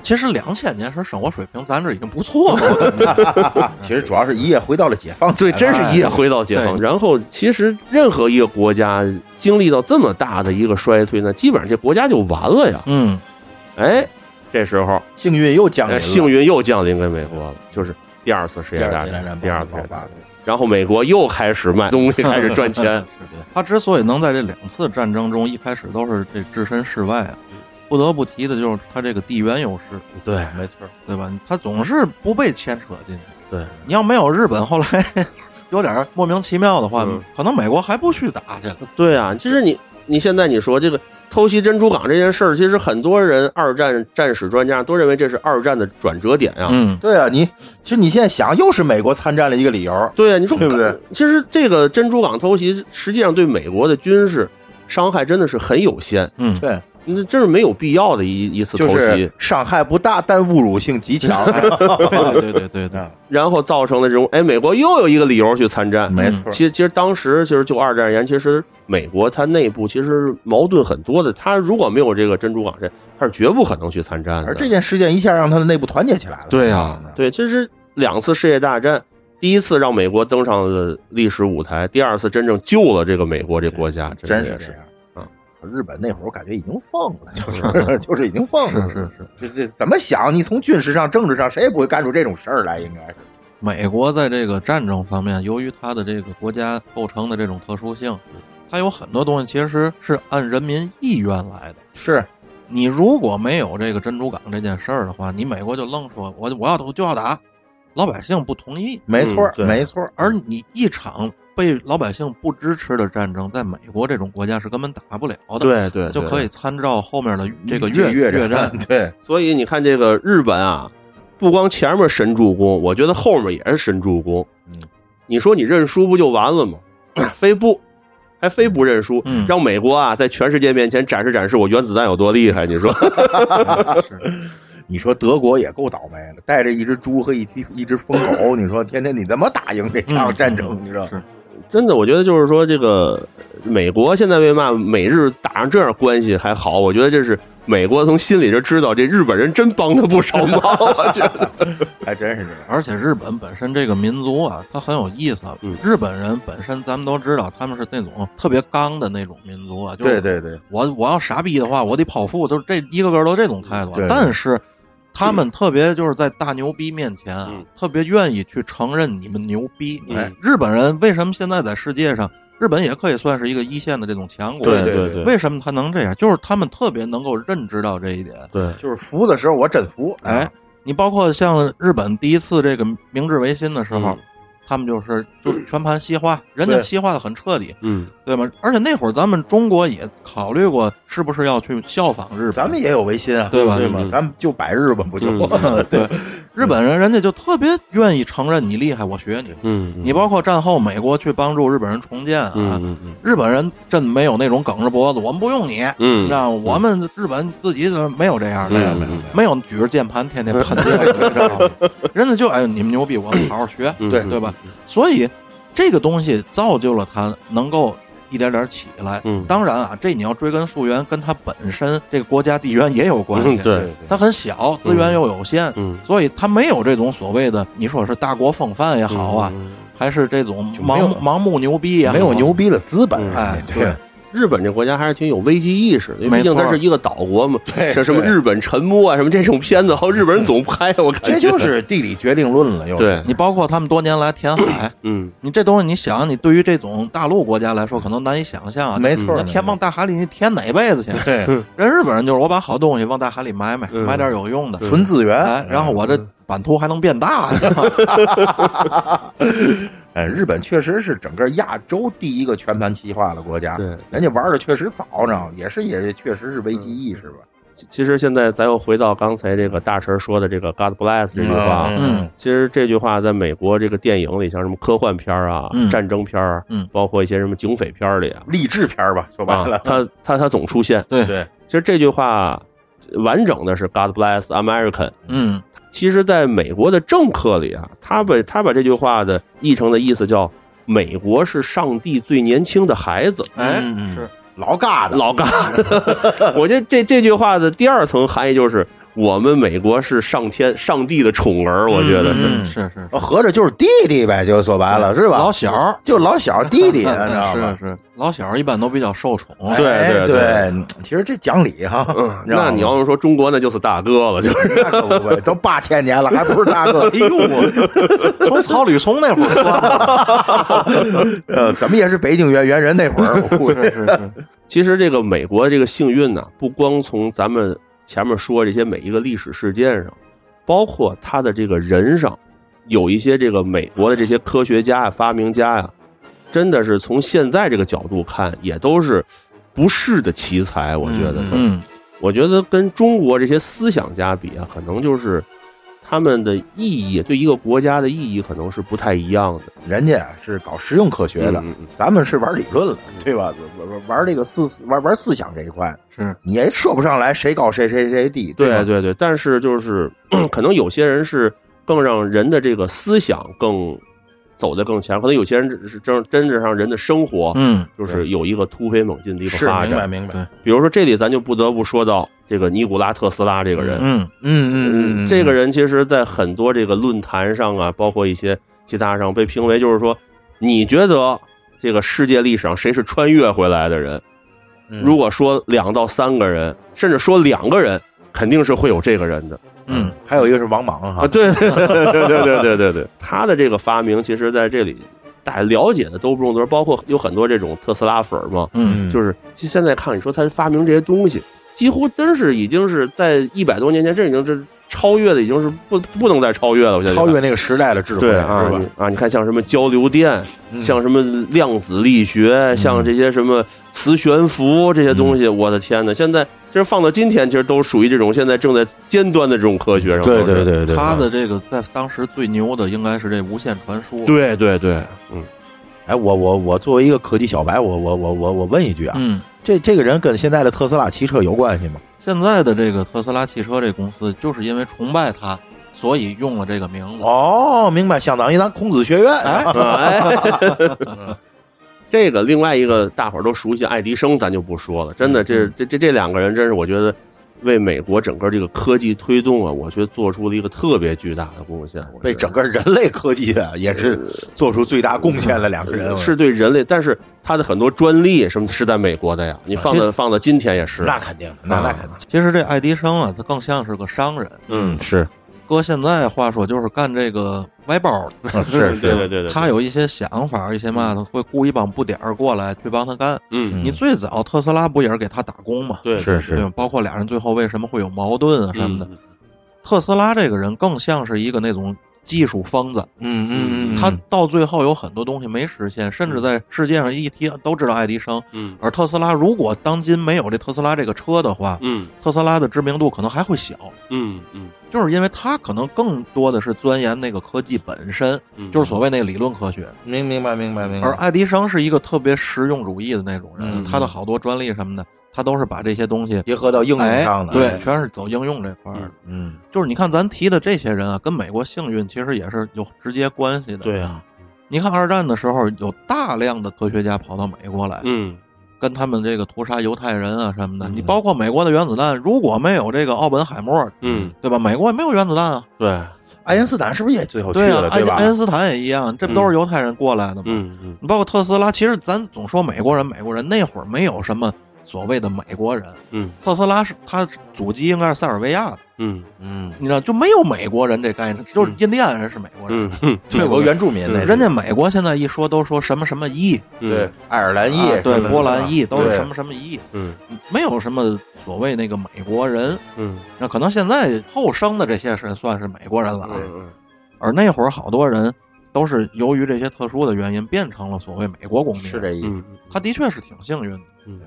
Speaker 1: 其实两千年时生活水平咱这已经不错了。
Speaker 2: 其实主要是一夜回到了解放前啊
Speaker 3: 对，
Speaker 2: 吧，
Speaker 3: 真是一夜哎回到解放。
Speaker 1: 对
Speaker 3: 然后，其实任何一个国家经历到这么大的一个衰退呢，基本上这国家就完了呀。
Speaker 1: 嗯，
Speaker 3: 哎，这时候
Speaker 2: 幸运又降临
Speaker 3: 哎
Speaker 2: 了。
Speaker 3: 幸运又降临给美国了，就是第二次世
Speaker 2: 第
Speaker 3: 界
Speaker 2: 二
Speaker 3: 大
Speaker 2: 次大
Speaker 3: 战，
Speaker 2: 战
Speaker 3: 第二次世界大
Speaker 2: 爆
Speaker 3: 战
Speaker 2: 发，
Speaker 3: 然后美国又开始卖东西，开始赚钱。 (laughs)
Speaker 1: 他之所以能在这两次战争中一开始都是这置身事外啊，不得不提的就是他这个地缘优势，
Speaker 3: 对，
Speaker 2: 没错，
Speaker 1: 对吧？他总是不被牵扯进去。
Speaker 3: 对，
Speaker 1: 你要没有日本后来 (laughs) 有点莫名其妙的话
Speaker 3: 嗯，
Speaker 1: 可能美国还不去打去了。
Speaker 3: 对啊，其实你你现在你说这个偷袭珍珠港这件事儿，其实很多人二战战史专家都认为这是二战的转折点呀、
Speaker 1: 嗯，
Speaker 2: 对啊，你其实你现在想，又是美国参战了一个理由。
Speaker 3: 对啊，你说
Speaker 2: 对不对？
Speaker 3: 其实这个珍珠港偷袭，实际上对美国的军事伤害真的是很有限，
Speaker 2: 对，
Speaker 3: 那真是没有必要的一一次
Speaker 2: 就
Speaker 3: 偷袭，
Speaker 2: 是伤害不大，但侮辱性极
Speaker 3: (laughs)
Speaker 2: 强。
Speaker 1: 对对对对对，
Speaker 3: 然后造成的这种，哎，美国又有一个理由去参战。
Speaker 2: 没错，
Speaker 3: 其实，其实当时其实就二战而言，其实美国它内部其实矛盾很多的。它如果没有这个珍珠港这，它是绝不可能去参战的。
Speaker 2: 而这件事件一下让他的内部团结起来了。
Speaker 3: 对呀、
Speaker 2: 嗯
Speaker 3: 对，这是两次世界大战，第一次让美国登上了历史舞台，第二次真正救了这个美国这国家，
Speaker 2: 真
Speaker 3: 的也
Speaker 2: 这
Speaker 3: 是
Speaker 2: 样。
Speaker 3: 嗯
Speaker 2: 日本那会儿我感觉已经疯了， (laughs) 就是就是已经疯了，
Speaker 1: 是是，
Speaker 2: 这这怎么想？你从军事上、政治上，谁也不会干出这种事儿来，应该是。
Speaker 1: 美国在这个战争方面，由于它的这个国家构成的这种特殊性，它有很多东西其实是按人民意愿来的。
Speaker 2: 是，
Speaker 1: 你如果没有这个珍珠港这件事儿的话，你美国就愣说我我要我就要打，老百姓不同意，
Speaker 2: 没错儿
Speaker 3: 嗯，对
Speaker 2: 没错儿。
Speaker 1: 而你一场被老百姓不支持的战争，在美国这种国家是根本打不了的。，
Speaker 3: 对对，
Speaker 1: 就
Speaker 3: 对
Speaker 1: 可以参照后面的这个
Speaker 2: 越
Speaker 1: 越
Speaker 2: 越
Speaker 1: 战，
Speaker 2: 对，
Speaker 3: 所以你看，这个日本啊，不光前面神助攻，我觉得后面也是神助攻。
Speaker 2: 嗯，
Speaker 3: 你说你认输不就完了吗？非不，还非不认输，
Speaker 1: 嗯
Speaker 3: 让美国啊在全世界面前展示展示我原子弹有多厉害。你说
Speaker 1: 是
Speaker 2: 你说德国也够倒霉的，带着一只猪和一匹一只疯狗，你说天天你怎么打赢这
Speaker 1: 嗯
Speaker 2: 场战争？你知道
Speaker 1: 是
Speaker 3: 真的，我觉得就是说，这个美国现在为嘛美日打成这样关系还好？我觉得这是美国从心里就知道这日本人真帮他不少忙。我觉得，
Speaker 2: 还真是这样。
Speaker 1: 而且日本本身这个民族啊，它很有意思啊。
Speaker 3: 嗯
Speaker 1: 日本人本身咱们都知道，他们是那种特别刚的那种民族啊，就是
Speaker 2: 对对对，
Speaker 1: 我我要傻逼的话，我得剖腹，就是这一个个都这种态度啊
Speaker 2: 对。
Speaker 1: 但是他们特别就是在大牛逼面前啊
Speaker 3: 嗯，
Speaker 1: 特别愿意去承认你们牛逼。
Speaker 3: 嗯
Speaker 1: 哎日本人为什么现在在世界上，日本也可以算是一个一线的这种强国？
Speaker 2: 对对
Speaker 3: 对
Speaker 1: 为什么他能这样？就是他们特别能够认知到这一点。
Speaker 3: 对，
Speaker 2: 就是服的时候我真服，啊
Speaker 1: 哎，，你包括像日本第一次这个明治维新的时候，
Speaker 3: 嗯
Speaker 1: 他们就是就全盘西化，人家
Speaker 2: 对
Speaker 1: 西化的很彻底，
Speaker 3: 嗯，
Speaker 1: 对吗？而且那会儿咱们中国也考虑过是不是要去效仿日本，
Speaker 2: 咱们也有维新啊，
Speaker 1: 对吧
Speaker 2: 对吗
Speaker 3: 嗯？
Speaker 2: 咱们就百日吧，不就？
Speaker 3: (laughs) 嗯
Speaker 2: 对，
Speaker 1: 日本人人家就特别愿意承认你厉害，我学你。
Speaker 3: 嗯，
Speaker 1: 你包括战后美国去帮助日本人重建啊，
Speaker 3: 嗯嗯嗯
Speaker 1: 日本人真没有那种梗着脖子，我们不用你，
Speaker 3: 嗯，
Speaker 1: 那我们日本自己就没有这样的，
Speaker 3: 没有没有没有
Speaker 1: 没有举着键盘天天喷这个，你知道吗人家就哎你们牛逼，我们好好学，
Speaker 3: 嗯
Speaker 2: 对
Speaker 1: 对吧？？所以这个东西造就了他能够一点点起来。
Speaker 3: 嗯
Speaker 1: 当然啊，这你要追根溯源，跟他本身这个国家地缘也有关系。
Speaker 3: 嗯，，对，
Speaker 1: 它很小，资源又有限，
Speaker 3: 嗯，
Speaker 1: 所以它没有这种所谓的你说是大国风范也好啊，
Speaker 3: 嗯
Speaker 1: 还是这种
Speaker 2: 就没
Speaker 1: 盲
Speaker 2: 有
Speaker 1: 目盲目牛逼也好，啊
Speaker 2: 没有牛。逼的资本，
Speaker 3: 嗯
Speaker 1: 哎，
Speaker 2: 对，
Speaker 3: 日本这国家还是挺有危机意识的，因为
Speaker 1: 没
Speaker 3: 毕竟它
Speaker 1: 错
Speaker 3: 是一个岛国嘛。
Speaker 2: 对
Speaker 3: 像什么
Speaker 2: 对
Speaker 3: 日本沉没啊，什么这种片子，好日本人总拍，我感觉
Speaker 2: 这就是地理决定论了，又
Speaker 3: 哎 (laughs) 对，
Speaker 1: 你包括他们多年来填海，
Speaker 3: 嗯，
Speaker 1: 你这东西你想，你对于这种大陆国家来说，可能难以想象啊。
Speaker 2: 没错
Speaker 1: 那，填往大海里，你填哪辈子去？
Speaker 2: (laughs) 对，
Speaker 1: 人日本人就是我把好东西往大海里埋埋，
Speaker 3: 嗯
Speaker 1: 埋点有用的，
Speaker 2: 纯嗯资
Speaker 1: 哎
Speaker 2: 源，，
Speaker 1: 然后我这版图还能变大，
Speaker 2: 哎，日本确实是整个亚洲第一个全盘西化的国家，
Speaker 3: 嗯对。
Speaker 2: 人家玩的确实早，你知道吗也是也确实是危机意识吧。
Speaker 3: 其其实现在咱又回到刚才这个大神说的这个 “God bless” 这句话啊，
Speaker 1: 嗯
Speaker 3: 其实这句话在美国这个电影里，像什么科幻片儿啊、
Speaker 1: 嗯
Speaker 3: 战争片儿啊，
Speaker 1: 嗯
Speaker 3: 包括一些什么警匪片儿里啊，
Speaker 2: 励志片儿吧，说白了
Speaker 3: 啊，，它它它总出现。
Speaker 1: 对
Speaker 2: 对，
Speaker 3: 其实这句话完整的是 “God bless American”，
Speaker 1: 嗯，
Speaker 3: 其实，在美国的政客里啊，他把他把这句话的译成的意思叫“美国是上帝最年轻的孩子
Speaker 1: 哎，
Speaker 2: 嗯嗯
Speaker 1: 是，
Speaker 2: 老尬”，的，
Speaker 3: 老尬。 (laughs) 我觉得这这句话的第二层含义就是，我们美国是上天上帝的宠儿。 (laughs) 我觉得是，
Speaker 1: 嗯是是
Speaker 2: 哦合着就是弟弟呗，就说白了是吧？
Speaker 1: 老小儿
Speaker 2: 就老小弟弟，你知
Speaker 1: 嗯
Speaker 2: 道
Speaker 1: 是
Speaker 2: 吗？
Speaker 1: 是，老小一般都比较受宠，
Speaker 2: 哎
Speaker 3: 对对对嗯
Speaker 2: 对，其实这讲理哈，知道吗
Speaker 3: 那你要是说中国，那就是大哥了，就是
Speaker 2: 那可不呗， (laughs) 都八千年了，还不是大哥？哎呦，
Speaker 1: 从草履丛那会儿算了，
Speaker 2: 呃，怎么也是北京猿猿人那会儿，我估
Speaker 1: (laughs)
Speaker 2: 计
Speaker 1: 是是是，
Speaker 3: 其实这个美国这个幸运呢、不光从咱们前面说这些每一个历史事件上，包括他的这个人上，有一些这个美国的这些科学家呀、发明家呀、真的是从现在这个角度看，也都是不世的奇才。我觉得，
Speaker 2: 嗯
Speaker 1: 嗯，
Speaker 3: 我觉得跟中国这些思想家比啊，可能就是他们的意义对一个国家的意义可能是不太一样的。
Speaker 2: 人家啊是搞实用科学的，
Speaker 3: 嗯嗯
Speaker 2: 咱们是玩理论了，对吧？玩玩玩这个思玩玩思想这一块，
Speaker 1: 是
Speaker 2: 你也说不上来谁高谁谁谁低，吧
Speaker 3: 对对对，但 (clears throat) 是就是可能有些人是更让人的这个思想更走得更前，可能有些人只是真真正上人的生活
Speaker 1: 嗯，
Speaker 3: 就是有一个突飞猛进的一个发
Speaker 2: 明白
Speaker 3: 展。
Speaker 2: 明白，
Speaker 1: 对
Speaker 3: 比如说这里咱就不得不说到这个尼古拉特斯拉这个人，
Speaker 1: 嗯
Speaker 2: 嗯
Speaker 3: 这个
Speaker 2: 人
Speaker 3: 人其实，在很多这个论坛上啊，包括一些其他上被评为，就是说，你觉得这个世界历史上谁是穿越回来的人？
Speaker 2: 嗯
Speaker 3: 如果说两到三个人，甚至说两个人，肯定是会有这个人的
Speaker 1: 嗯，
Speaker 2: 还有一个是王莽
Speaker 3: 啊！
Speaker 2: 哈，
Speaker 3: 对 (laughs) 对对对对对对对，他的这个发明，其实在这里大家了解的都不用多，包括有很多这种特斯拉粉儿嘛，
Speaker 1: 嗯
Speaker 3: 就是其实现在看，你说他发明这些东西，几乎真是已经是在一百多年前，这已经是超越的，已经是不不能再超越了。我觉得
Speaker 2: 超越那个时代的智慧
Speaker 3: 对啊
Speaker 2: 是吧
Speaker 3: 你？啊，你看像什么交流电，
Speaker 2: 嗯
Speaker 3: 像什么量子力学，像这些什么磁悬浮这些东西，我的天呐，现在其实放到今天，其实都属于这种现在正在尖端的这种科学上。
Speaker 2: 对
Speaker 3: 都
Speaker 2: 对。
Speaker 3: 是
Speaker 2: 对对，
Speaker 1: 他的这个在当时最牛的应该是这无线传输，，
Speaker 3: 对对对，嗯，
Speaker 2: 哎，我我我作为一个科技小白，我我我我我问一句啊，
Speaker 1: 嗯。
Speaker 2: 这这个人跟现在的特斯拉汽车有关系吗？
Speaker 1: 现在的这个特斯拉汽车这公司，就是因为崇拜他，所以用了这个名字。
Speaker 2: 哦，明白，相当于咱孔子学院，哎，
Speaker 3: (laughs) 啊哎这个另外一个大伙儿都熟悉爱迪生，咱就不说了。真的，这这这这两个人，真是我觉得为美国整个这个科技推动啊，我觉得做出了一个特别巨大的贡献。我觉得
Speaker 2: 为整个人类科技啊也是做出最大贡献的两个人，
Speaker 3: 是对人类，但是他的很多专利什么是在美国的呀，你放到放到今天也是。
Speaker 2: 那肯定的，那那肯定，
Speaker 1: 其实这爱迪生啊，他更像是个商人。
Speaker 3: 嗯，
Speaker 2: 是
Speaker 1: 搁现在话说，就是干这个歪包的。 (laughs)
Speaker 2: 是
Speaker 3: 对对对对，
Speaker 1: 他有一些想法，一些嘛的，会雇一帮不点儿过来去帮他干。
Speaker 3: 嗯
Speaker 1: 你最早特斯拉不也是给他打工嘛？
Speaker 3: 对
Speaker 2: 是
Speaker 1: 对
Speaker 2: 是，
Speaker 1: 吧，包括俩人最后为什么会有矛盾啊什么的。
Speaker 3: 嗯
Speaker 1: 特斯拉这个人更像是一个那种技术疯子，
Speaker 2: 嗯嗯
Speaker 1: 他到最后有很多东西没实现，甚至在世界上一提都知道爱迪生。
Speaker 3: 嗯
Speaker 1: 而特斯拉如果当今没有这特斯拉这个车的话，
Speaker 3: 嗯
Speaker 1: 特斯拉的知名度可能还会小，
Speaker 3: 嗯嗯
Speaker 1: 就是因为它可能更多的是钻研那个科技本身，
Speaker 3: 嗯，
Speaker 1: 就是所谓那个理论科学。
Speaker 2: 明明白明白明白，
Speaker 1: 而爱迪生是一个特别实用主义的那种人，
Speaker 2: 嗯
Speaker 1: 他的好多专利什么的，他都是把这些东西
Speaker 2: 结合到应用
Speaker 1: 哎
Speaker 2: 上的，
Speaker 1: 对，，全是走应用这块儿。
Speaker 3: 嗯
Speaker 2: 嗯，
Speaker 1: 就是你看咱提的这些人啊，跟美国幸运其实也是有直接关系的。，
Speaker 3: 对啊，
Speaker 1: 你看二战的时候，有大量的科学家跑到美国来，
Speaker 3: 嗯
Speaker 1: 跟他们这个屠杀犹太人啊什么的。
Speaker 3: 嗯
Speaker 1: 你包括美国的原子弹，如果没有这个奥本海默，
Speaker 3: 嗯，
Speaker 1: 对吧？美国也没有原子弹啊。
Speaker 3: 对，嗯
Speaker 2: 爱因斯坦是不是也最后去
Speaker 1: 对啊
Speaker 2: 了，，
Speaker 1: 爱
Speaker 2: 对吧
Speaker 1: 爱？因斯坦也一样，这不都是犹太人过来的吗？
Speaker 3: 嗯嗯
Speaker 1: 你包括特斯拉，其实咱总说美国人，美国人那会儿没有什么所谓的美国人，
Speaker 3: 嗯
Speaker 1: 特斯拉是它祖籍应该是塞尔维亚的，
Speaker 3: 嗯
Speaker 2: 嗯，
Speaker 1: 你知道就没有美国人这概念，就是印第安人是美国人，
Speaker 3: 嗯嗯，
Speaker 2: 美国原住民那
Speaker 3: 嗯
Speaker 2: 是
Speaker 1: 人家美国现在一说都说什么什么 E，裔，
Speaker 2: 对爱尔兰裔
Speaker 1: 嗯啊，对
Speaker 2: 什么的
Speaker 1: 波兰裔都是
Speaker 2: 对
Speaker 1: 什么什么裔，
Speaker 3: 嗯
Speaker 1: 没有什么所谓那个美国人。
Speaker 3: 嗯
Speaker 1: 那可能现在后生的这些人算是美国人了啊，
Speaker 3: 嗯
Speaker 1: 而那会儿好多人都是由于这些特殊的原因变成了所谓美国公民。
Speaker 2: 是这意思，
Speaker 3: 嗯
Speaker 1: 他的确是挺幸运的。
Speaker 3: 嗯，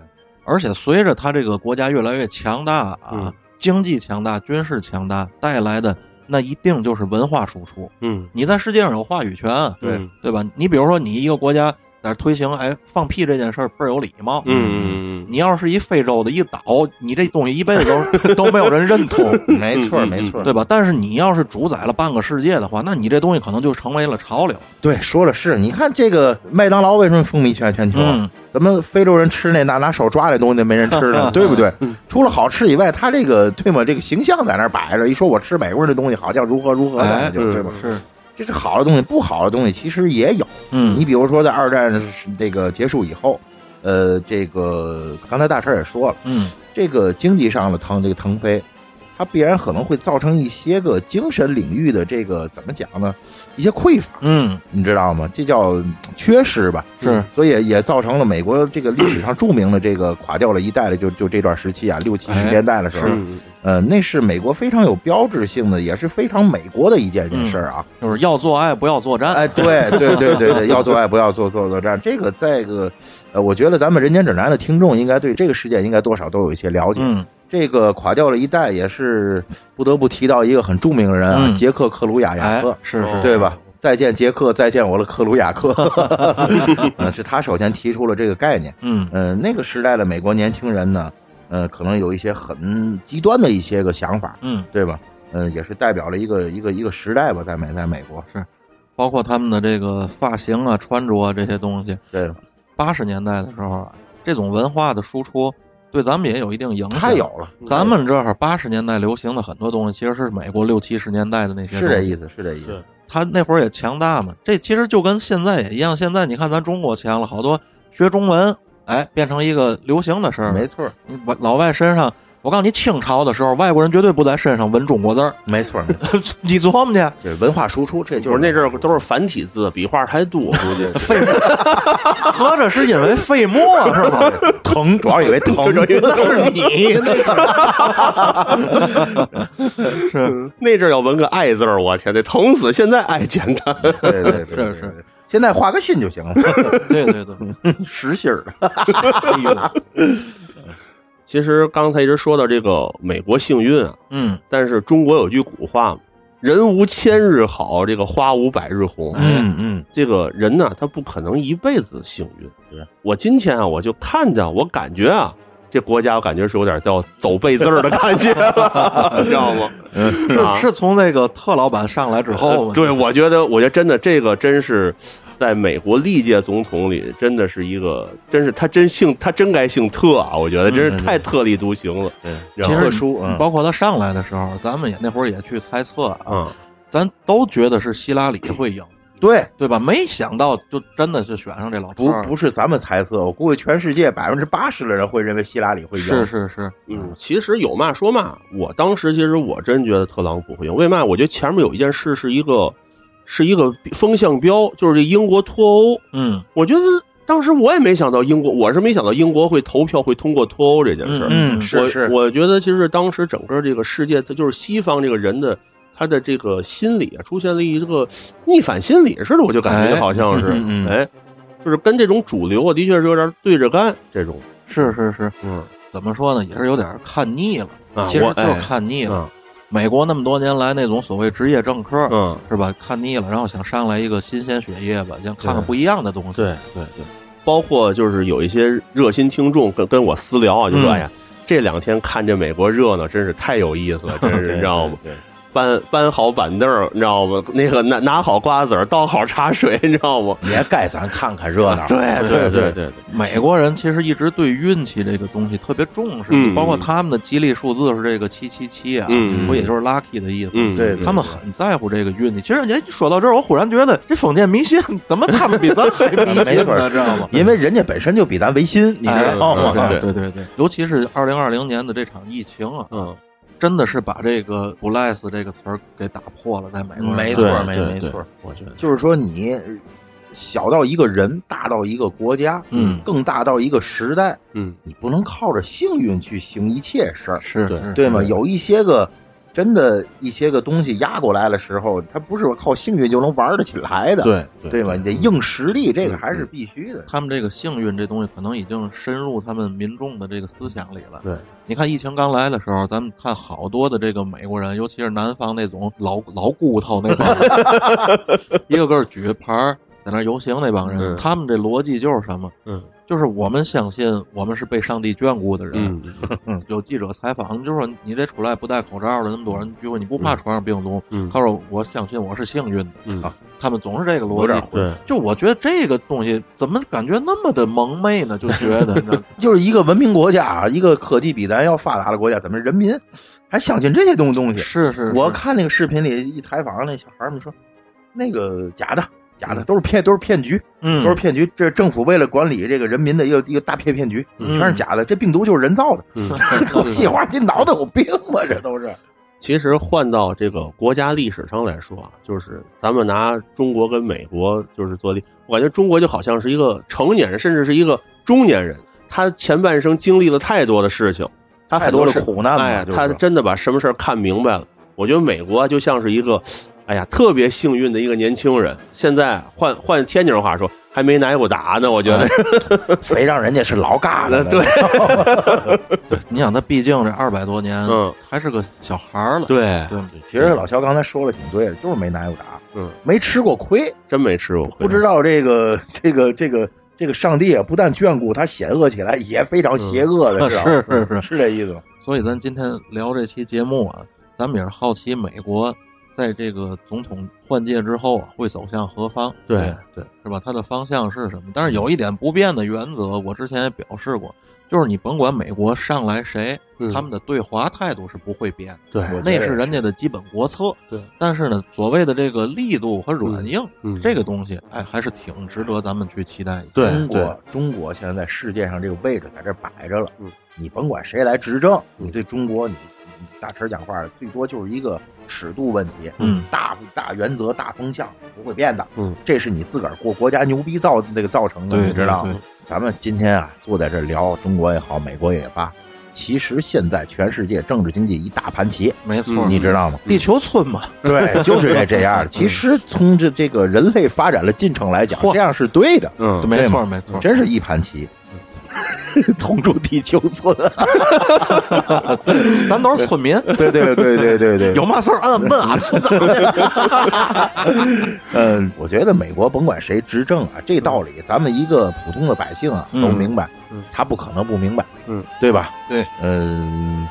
Speaker 1: 而且随着他这个国家越来越强大啊，
Speaker 3: 嗯
Speaker 1: 经济强大、军事强大带来的那一定就是文化输出。
Speaker 3: 嗯
Speaker 1: 你在世界上有话语权，
Speaker 3: 对
Speaker 1: 对吧？你比如说，你一个国家在这推行哎放屁这件事儿倍儿有礼貌，
Speaker 3: 嗯嗯
Speaker 1: 你要是一非洲的一倒，你这东西一辈子 (laughs) 都都没有人认同，
Speaker 2: 没错
Speaker 1: 嗯
Speaker 2: 没错，
Speaker 1: 对吧？但是你要是主宰了半个世界的话，那你这东西可能就成为了潮流。
Speaker 2: 对，说了是，你看这个麦当劳为什么风靡全全球啊？
Speaker 1: 嗯
Speaker 2: 咱们非洲人吃那拿拿手抓那东西没人吃
Speaker 1: (laughs)
Speaker 2: 呢，对不对？
Speaker 1: 嗯
Speaker 2: 除了好吃以外，他这个对吗？这个形象在那儿摆着，一说我吃美国人的东西，好像如何如何
Speaker 1: 哎
Speaker 2: 的，就对吧？
Speaker 1: 是，
Speaker 2: 这是好的东西，不好的东西其实也有。
Speaker 1: 嗯
Speaker 2: 你比如说，在二战这个结束以后，呃，这个刚才大陈也说了，
Speaker 1: 嗯，
Speaker 2: 这个经济上的腾这个腾飞，它必然可能会造成一些个精神领域的这个怎么讲呢？一些匮乏。
Speaker 1: 嗯
Speaker 2: 你知道吗？这叫嗯缺失吧？
Speaker 1: 是，
Speaker 2: 所以也造成了美国这个历史上著名的这个垮掉了一代的，就就这段时期啊，六七十年代的时候，
Speaker 3: 嗯
Speaker 2: 呃，那是美国非常有标志性的，也是非常美国的一件件事儿啊。
Speaker 1: 就是要做爱不要作战。
Speaker 2: 哎，对对对对对，要做爱不要做做作战，这个在个呃，我觉得咱们《人间指南》的听众应该对这个事件应该多少都有一些了解。
Speaker 1: 嗯，
Speaker 2: 这个垮掉了一代也是不得不提到一个很著名的人啊，
Speaker 1: 嗯
Speaker 2: 杰克克鲁亚
Speaker 1: 哎
Speaker 2: 雅克。，
Speaker 1: 是是，
Speaker 2: 对吧？再见，杰克！再见，我的克鲁亚克。嗯，是他首先提出了这个概念。
Speaker 1: 嗯
Speaker 2: 嗯、那个时代的美国年轻人呢，呃，可能有一些很极端的一些个想法，呃
Speaker 1: 嗯，
Speaker 2: 对吧？嗯、也是代表了一个一个一个时代吧，在美在美国。
Speaker 1: 包括他们的这个发型啊、穿着啊这些东西。
Speaker 2: 对，
Speaker 1: 八十年代的时候啊，
Speaker 2: 嗯
Speaker 1: 这种文化的输出对咱们也有一定影响。
Speaker 2: 太有了，
Speaker 3: 嗯
Speaker 1: 咱们这儿八十年代流行的很多东西，其实是美国六七十年代的那些。
Speaker 2: 是这意思，是这意
Speaker 4: 对
Speaker 2: 思。
Speaker 1: 他那会儿也强大嘛。这其实就跟现在也一样，现在你看咱中国强了好多，学中文，哎，变成一个流行的事儿。
Speaker 2: 嗯没错儿，
Speaker 1: 你把老外身上，我告诉你，清朝的时候，外国人绝对不在身上纹中国字儿， (laughs)
Speaker 2: 没错儿，没错儿
Speaker 1: 你琢磨去。
Speaker 2: 这文化输出，这就
Speaker 3: 就是是那阵儿都是繁体字，笔画太多，估计
Speaker 1: 废墨，合着是因为废墨是吗？
Speaker 2: 疼，主要以为疼， (laughs)
Speaker 3: 是你那个是 (laughs) 那阵儿要纹个爱字儿，我天，得疼死！现在爱简单，
Speaker 2: 对对
Speaker 1: (laughs)
Speaker 2: 对对对
Speaker 1: 是是，
Speaker 2: 现在画个心就行了，
Speaker 1: (laughs)
Speaker 2: (laughs)
Speaker 1: 对对
Speaker 3: (laughs)
Speaker 1: 对，
Speaker 2: 实心儿的，
Speaker 1: 哎呦，
Speaker 3: 其实刚才一直说到这个美国幸运啊，
Speaker 1: 嗯，
Speaker 3: 但是中国有句古话嘛，人无千日好，这个花无百日红。
Speaker 2: 嗯嗯，
Speaker 3: 这个人呢，他不可能一辈子幸运。
Speaker 2: 对
Speaker 3: 我今天啊，我就看着，我感觉啊，这国家我感觉是有点叫走背字儿的感觉了， (laughs) 你知道吗？啊
Speaker 1: 是是从那个特老板上来之后吗？
Speaker 3: 呃对，哦我觉得，我觉得真的这个真是，在美国历届总统里，真的是一个，真是他真姓，他真该姓特啊！我觉得真是太特立独行了。
Speaker 2: 对，
Speaker 3: 然后
Speaker 2: 特殊，嗯，
Speaker 1: 包括他上来的时候，咱们也那会儿也去猜测啊，
Speaker 3: 嗯，
Speaker 1: 咱都觉得是希拉里会赢，
Speaker 2: 对，
Speaker 1: 对吧？没想到就真的是选上这老头
Speaker 2: 不
Speaker 1: 儿，
Speaker 2: 不是咱们猜测，我估计全世界百分之八十的人会认为希拉里会赢，
Speaker 1: 是是是，
Speaker 3: 嗯，其实有嘛说嘛，我当时其实我真觉得特朗普会赢，为嘛？我觉得前面有一件事是一个是一个风向标，就是这英国脱欧。
Speaker 1: 嗯
Speaker 3: 我觉得当时我也没想到英国，我是没想到英国会投票会通过脱欧这件事儿。
Speaker 1: 嗯
Speaker 2: 是是
Speaker 3: 我我觉得其实当时整个这个世界，它就是西方这个人的他的这个心理啊，出现了一个逆反心理似的，我就感觉
Speaker 1: 哎
Speaker 3: 好像
Speaker 2: 嗯
Speaker 3: 是，
Speaker 2: 嗯嗯
Speaker 3: 哎，就是跟这种主流啊，的确是有点对着干这种，
Speaker 1: 是是是，
Speaker 3: 嗯
Speaker 1: 怎么说呢？也是有点看腻了，
Speaker 3: 啊，
Speaker 1: 其实
Speaker 3: 我
Speaker 1: 就是看腻
Speaker 3: 哎
Speaker 1: 了。
Speaker 3: 啊，
Speaker 1: 美国那么多年来那种所谓职业政客，
Speaker 3: 嗯，
Speaker 1: 是吧？看腻了，然后想上来一个新鲜血液吧，想看看不一样的东西。
Speaker 3: 对对对，包括就是有一些热心听众跟跟我私聊啊，就说、
Speaker 1: 嗯
Speaker 3: 哎呀，这两天看这美国热闹，真是太有意思了，真是
Speaker 2: (laughs) 对，
Speaker 3: 你知道吗？
Speaker 2: 对？对
Speaker 3: 搬搬好板凳儿，你知道吗？那个拿拿好瓜子儿，倒好茶水，你知道吗？
Speaker 2: 也该咱看看热闹，
Speaker 3: 对对对，
Speaker 1: 美国人其实一直对运气这个东西特别重视，
Speaker 3: 嗯
Speaker 1: 包括他们的吉利数字是这个七七七啊，
Speaker 3: 嗯
Speaker 1: 不也就是 lucky 的意思？
Speaker 3: 嗯
Speaker 2: 对对
Speaker 1: 他们很在乎这个运气。其实，哎，说到这儿，我忽然觉得这封建迷信怎么他们比咱还迷
Speaker 2: (laughs) 没
Speaker 1: 信
Speaker 2: 错
Speaker 1: 嗯呢？知道吗？哦
Speaker 2: 因为人家本身就比咱违心，你知道
Speaker 3: 哎
Speaker 2: 吗？
Speaker 1: 对对对对，尤其是二零二零年的这场疫情啊，
Speaker 3: 嗯，
Speaker 1: 真的是把这个 “bless” 这个词儿给打破了，在美国人
Speaker 2: 没
Speaker 1: 那
Speaker 2: 错
Speaker 1: 儿
Speaker 2: 儿
Speaker 3: 对
Speaker 2: 没
Speaker 3: 对
Speaker 2: 没
Speaker 3: 对
Speaker 2: 错儿，
Speaker 3: 我觉得
Speaker 2: 就是说你呃小到一个人，大到一个国家，
Speaker 1: 嗯
Speaker 2: 更大到一个时代，
Speaker 3: 嗯，
Speaker 2: 你不能靠着幸运去行一切事儿，
Speaker 1: 是
Speaker 3: 对
Speaker 1: 是
Speaker 2: 对吗？有一些个真的一些个东西压过来的时候，它不是靠幸运就能玩得起来的，
Speaker 3: 对
Speaker 2: 对吧？你得硬实力，这个
Speaker 3: 嗯
Speaker 2: 还是必须的。
Speaker 1: 他们这个幸运这东西，可能已经深入他们民众的这个思想里了。
Speaker 3: 对，
Speaker 1: 你看疫情刚来的时候，咱们看好多的这个美国人，尤其是南方那种老老骨头那帮人， (laughs) 一个个举着牌儿在那游行那帮人，
Speaker 3: 嗯
Speaker 1: 他们这逻辑就是什么？
Speaker 3: 嗯
Speaker 1: 就是我们相信我们是被上帝眷顾的人。
Speaker 3: 嗯
Speaker 1: 有记者采访，就说你这出来不戴口罩的那么多人聚会，你不怕传染病毒？
Speaker 3: 嗯
Speaker 1: 他说我相信我是幸运的。
Speaker 2: (laughs)
Speaker 3: 嗯
Speaker 1: 啊他们总是这个逻
Speaker 2: 有点
Speaker 1: 辑
Speaker 2: 儿。
Speaker 3: 对
Speaker 1: 就我觉得这个东西怎么感觉那么的蒙昧呢？就觉得你
Speaker 3: (laughs)
Speaker 1: 知道
Speaker 2: 就是一个文明国家，啊一个科技比咱要发达的国家，咱们人民还相信这些东东西？
Speaker 1: 是是，
Speaker 2: 我
Speaker 1: 是
Speaker 2: 看那个视频里一采访，那小孩儿们说，那个假的，假的，都是骗，都是骗局，
Speaker 1: 嗯
Speaker 2: 都是骗局。这政府为了管理这个人民的一个一个大骗骗局，
Speaker 1: 嗯
Speaker 2: 全是假的。这病毒就是人造的。 (laughs)
Speaker 3: 嗯，
Speaker 2: 我计划，你脑子有病吧？这都是。
Speaker 3: 其实换到这个国家历史上来说啊，就是咱们拿中国跟美国就是做例，我感觉中国就好像是一个成年人，甚至是一个中年人，他前半生经历了太多的事情，他
Speaker 2: 太
Speaker 3: 很
Speaker 2: 多的
Speaker 3: 事
Speaker 2: 苦难
Speaker 3: 哎
Speaker 2: 了，，就是
Speaker 3: 他真的把什么事儿看明白了。我觉得美国就像是一个，哎呀，特别幸运的一个年轻人。现在换换天津人话说，还没挨过打呢。我觉
Speaker 2: 哎
Speaker 3: 得，
Speaker 2: 谁让人家是老嘎的呢？
Speaker 3: 对
Speaker 1: 你想，他毕竟这二百多年，
Speaker 3: 嗯，
Speaker 1: 还是个小孩儿了，
Speaker 3: 对，
Speaker 1: 对吗
Speaker 2: (laughs) 其实老乔刚才说的挺对的，就是没挨过打，
Speaker 3: 嗯，
Speaker 2: 没吃过亏，
Speaker 3: (laughs) 真没吃过亏，
Speaker 2: 不知道这个这个这个这个上帝啊，不但眷顾他险恶起来，也非常邪恶的，
Speaker 1: 嗯
Speaker 2: 知道吗
Speaker 1: 是是是
Speaker 2: 是这意思吗？
Speaker 1: 所以咱今天聊这期节目啊，咱们也是好奇美国在这个总统换届之后啊，会走向何方？
Speaker 3: 对对，
Speaker 1: 是吧？它的方向是什么？但是有一点不变的原则，我之前也表示过，就是你甭管美国上来谁，
Speaker 3: 嗯
Speaker 1: 他们的对华态度是不会变的，
Speaker 3: 对
Speaker 2: 我觉得
Speaker 1: 那
Speaker 2: 也
Speaker 1: 是
Speaker 2: 是
Speaker 1: 人家的基本国策。
Speaker 3: 对，
Speaker 1: 但是呢，所谓的这个力度和软硬，
Speaker 3: 嗯
Speaker 1: 这个东西，哎，还是挺值得咱们去期待一下。
Speaker 3: 对
Speaker 2: 中
Speaker 3: 对
Speaker 2: 国中国现在在世界上这个位置在这摆着了，
Speaker 3: 嗯
Speaker 2: 你甭管谁来执政，你对中国你你大词儿讲话，最多就是一个尺度问题，
Speaker 1: 嗯，
Speaker 2: 大大原则大风向不会变的，
Speaker 3: 嗯，
Speaker 2: 这是你自个儿国国家牛逼造那个造成的，
Speaker 1: 对
Speaker 2: 你知道
Speaker 1: 对
Speaker 2: 吗
Speaker 1: 对？
Speaker 2: 咱们今天啊坐在这儿聊中国也好，美国也罢，其实现在全世界政治经济一大盘棋，
Speaker 1: 没错，
Speaker 3: 嗯
Speaker 2: 你知道吗？
Speaker 1: 地球村嘛，
Speaker 2: 对， (laughs) 就是这这样的。其实从这这个人类发展的进程来讲，这样是对的。
Speaker 3: 嗯，
Speaker 1: 没
Speaker 2: 对
Speaker 1: 错
Speaker 2: 嘛
Speaker 1: 没错，
Speaker 2: 真是一盘棋，同住地球村。
Speaker 1: 咱都是村民，
Speaker 2: (laughs) 对对对对对对，
Speaker 1: (laughs) 有嘛事儿俺问俺村长去。
Speaker 2: 嗯， (laughs) 我觉得美国甭管谁执政啊，这道理咱们一个普通的百姓啊
Speaker 1: 嗯
Speaker 2: 都明白
Speaker 3: 嗯，
Speaker 2: 他不可能不明白，
Speaker 3: 嗯，
Speaker 2: 对吧？
Speaker 1: 对，
Speaker 2: 嗯。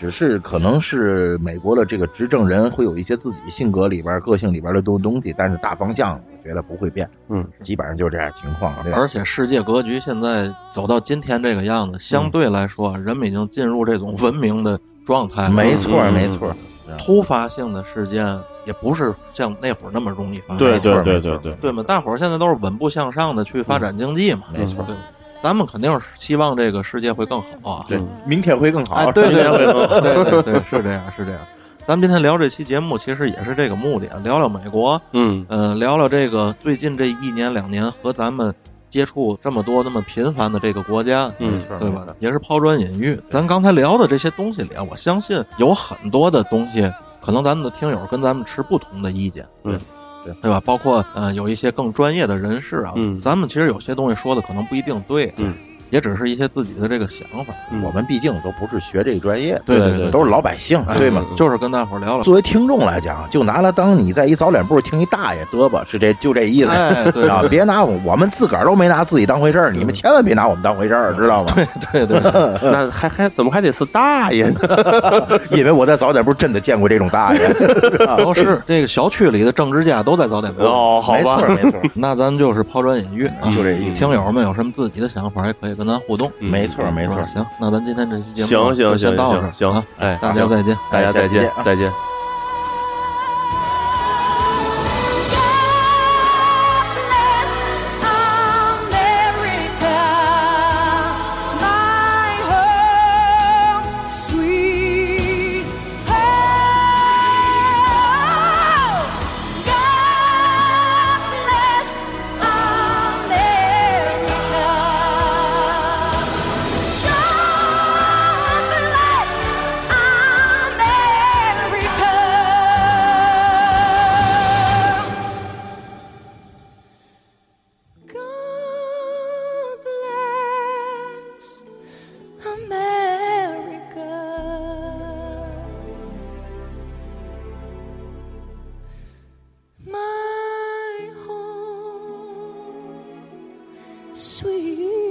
Speaker 2: 只是可能是美国的这个执政人会有一些自己性格里边儿、个性里边儿的东东西，但是大方向我觉得不会变，
Speaker 3: 嗯，
Speaker 2: 基本上就这样情况了。对吧
Speaker 1: (laughs) 而且世界格局现在走到今天这个样子，
Speaker 2: 嗯
Speaker 1: 相对来说，啊，人们已经进入这种文明的状态了。
Speaker 2: 没错儿，
Speaker 3: 嗯
Speaker 2: 没错儿，
Speaker 1: 突发性的事件也不是像那会儿那么容易发生，
Speaker 3: 对
Speaker 2: 没错
Speaker 3: 对
Speaker 2: 儿
Speaker 3: 对
Speaker 2: 没错
Speaker 3: 对
Speaker 2: 儿
Speaker 3: 对，
Speaker 1: 对吗？大伙儿现在都是稳步向上的去发展经济嘛，
Speaker 2: 嗯没错儿。
Speaker 1: 对吧。咱们肯定是希望这个世界会更好啊。
Speaker 3: 嗯
Speaker 2: 对，明天会更好。
Speaker 1: 哎，对对
Speaker 3: 明天会
Speaker 1: (laughs) 对
Speaker 3: 更好
Speaker 1: 对对对，是这样是这样。咱们今天聊这期节目，其实也是这个目的，啊，聊聊美国，
Speaker 3: 嗯
Speaker 1: 嗯、聊聊这个最近这一年两年和咱们接触这么多那么频繁的这个国家，
Speaker 3: 嗯，
Speaker 1: 对吧？也是抛砖引玉。咱刚才聊的这些东西里啊，我相信有很多的东西，可能咱们的听友跟咱们持不同的意见，
Speaker 3: 嗯
Speaker 2: 对
Speaker 1: 对吧？包括呃，有一些更专业的人士啊，
Speaker 3: 嗯
Speaker 1: 咱们其实有些东西说的可能不一定对，啊
Speaker 3: 嗯，
Speaker 1: 也只是一些自己的这个想法，
Speaker 3: 嗯
Speaker 2: 我们毕竟都不是学这个专业的，
Speaker 1: 对
Speaker 3: 对
Speaker 1: 对
Speaker 3: 对
Speaker 2: 都是老百姓，对吗？
Speaker 3: 嗯
Speaker 1: 啊就是跟大伙儿聊聊。
Speaker 2: 作为听众来讲，就拿它当你在一早点部听一大爷嘚吧，是这就这意思。
Speaker 1: 哎，对
Speaker 3: (laughs)
Speaker 2: 啊，别拿我，我们自个儿都没拿自己当回事儿，
Speaker 3: 嗯
Speaker 2: 你们千万别拿我们当回事儿，知道吗？哎
Speaker 1: 对对
Speaker 3: (laughs)
Speaker 1: 对，
Speaker 2: 嗯
Speaker 3: 那还还怎么还得是大爷呢？
Speaker 2: (laughs) 因为我在早点部真的见过这种大爷。
Speaker 1: 都是这个小区里的政治家都在早点播。
Speaker 3: 啊哦， (laughs) 好
Speaker 2: 没错
Speaker 3: 吧，
Speaker 2: 儿，没错儿，
Speaker 1: 那咱就是抛砖引玉啊，
Speaker 2: 就这意思
Speaker 1: 听友们有什么自己的想法，也可以跟咱互动。
Speaker 3: (laughs) 嗯
Speaker 2: 没错儿，没错
Speaker 1: 是吧
Speaker 2: 儿。
Speaker 1: 行，那咱今天这期节目
Speaker 3: 行
Speaker 1: 就
Speaker 3: 行
Speaker 1: 先
Speaker 3: 行
Speaker 1: 到这儿
Speaker 3: 行行
Speaker 1: 啊，，
Speaker 3: 哎，
Speaker 1: 大家再见。
Speaker 3: 大家
Speaker 2: 哎下
Speaker 3: 再
Speaker 2: 期
Speaker 3: 见
Speaker 2: 见啊
Speaker 3: 再见。
Speaker 5: God bless America, my home, sweet home. God bless America. God bless America. God bless America. My home, sweet.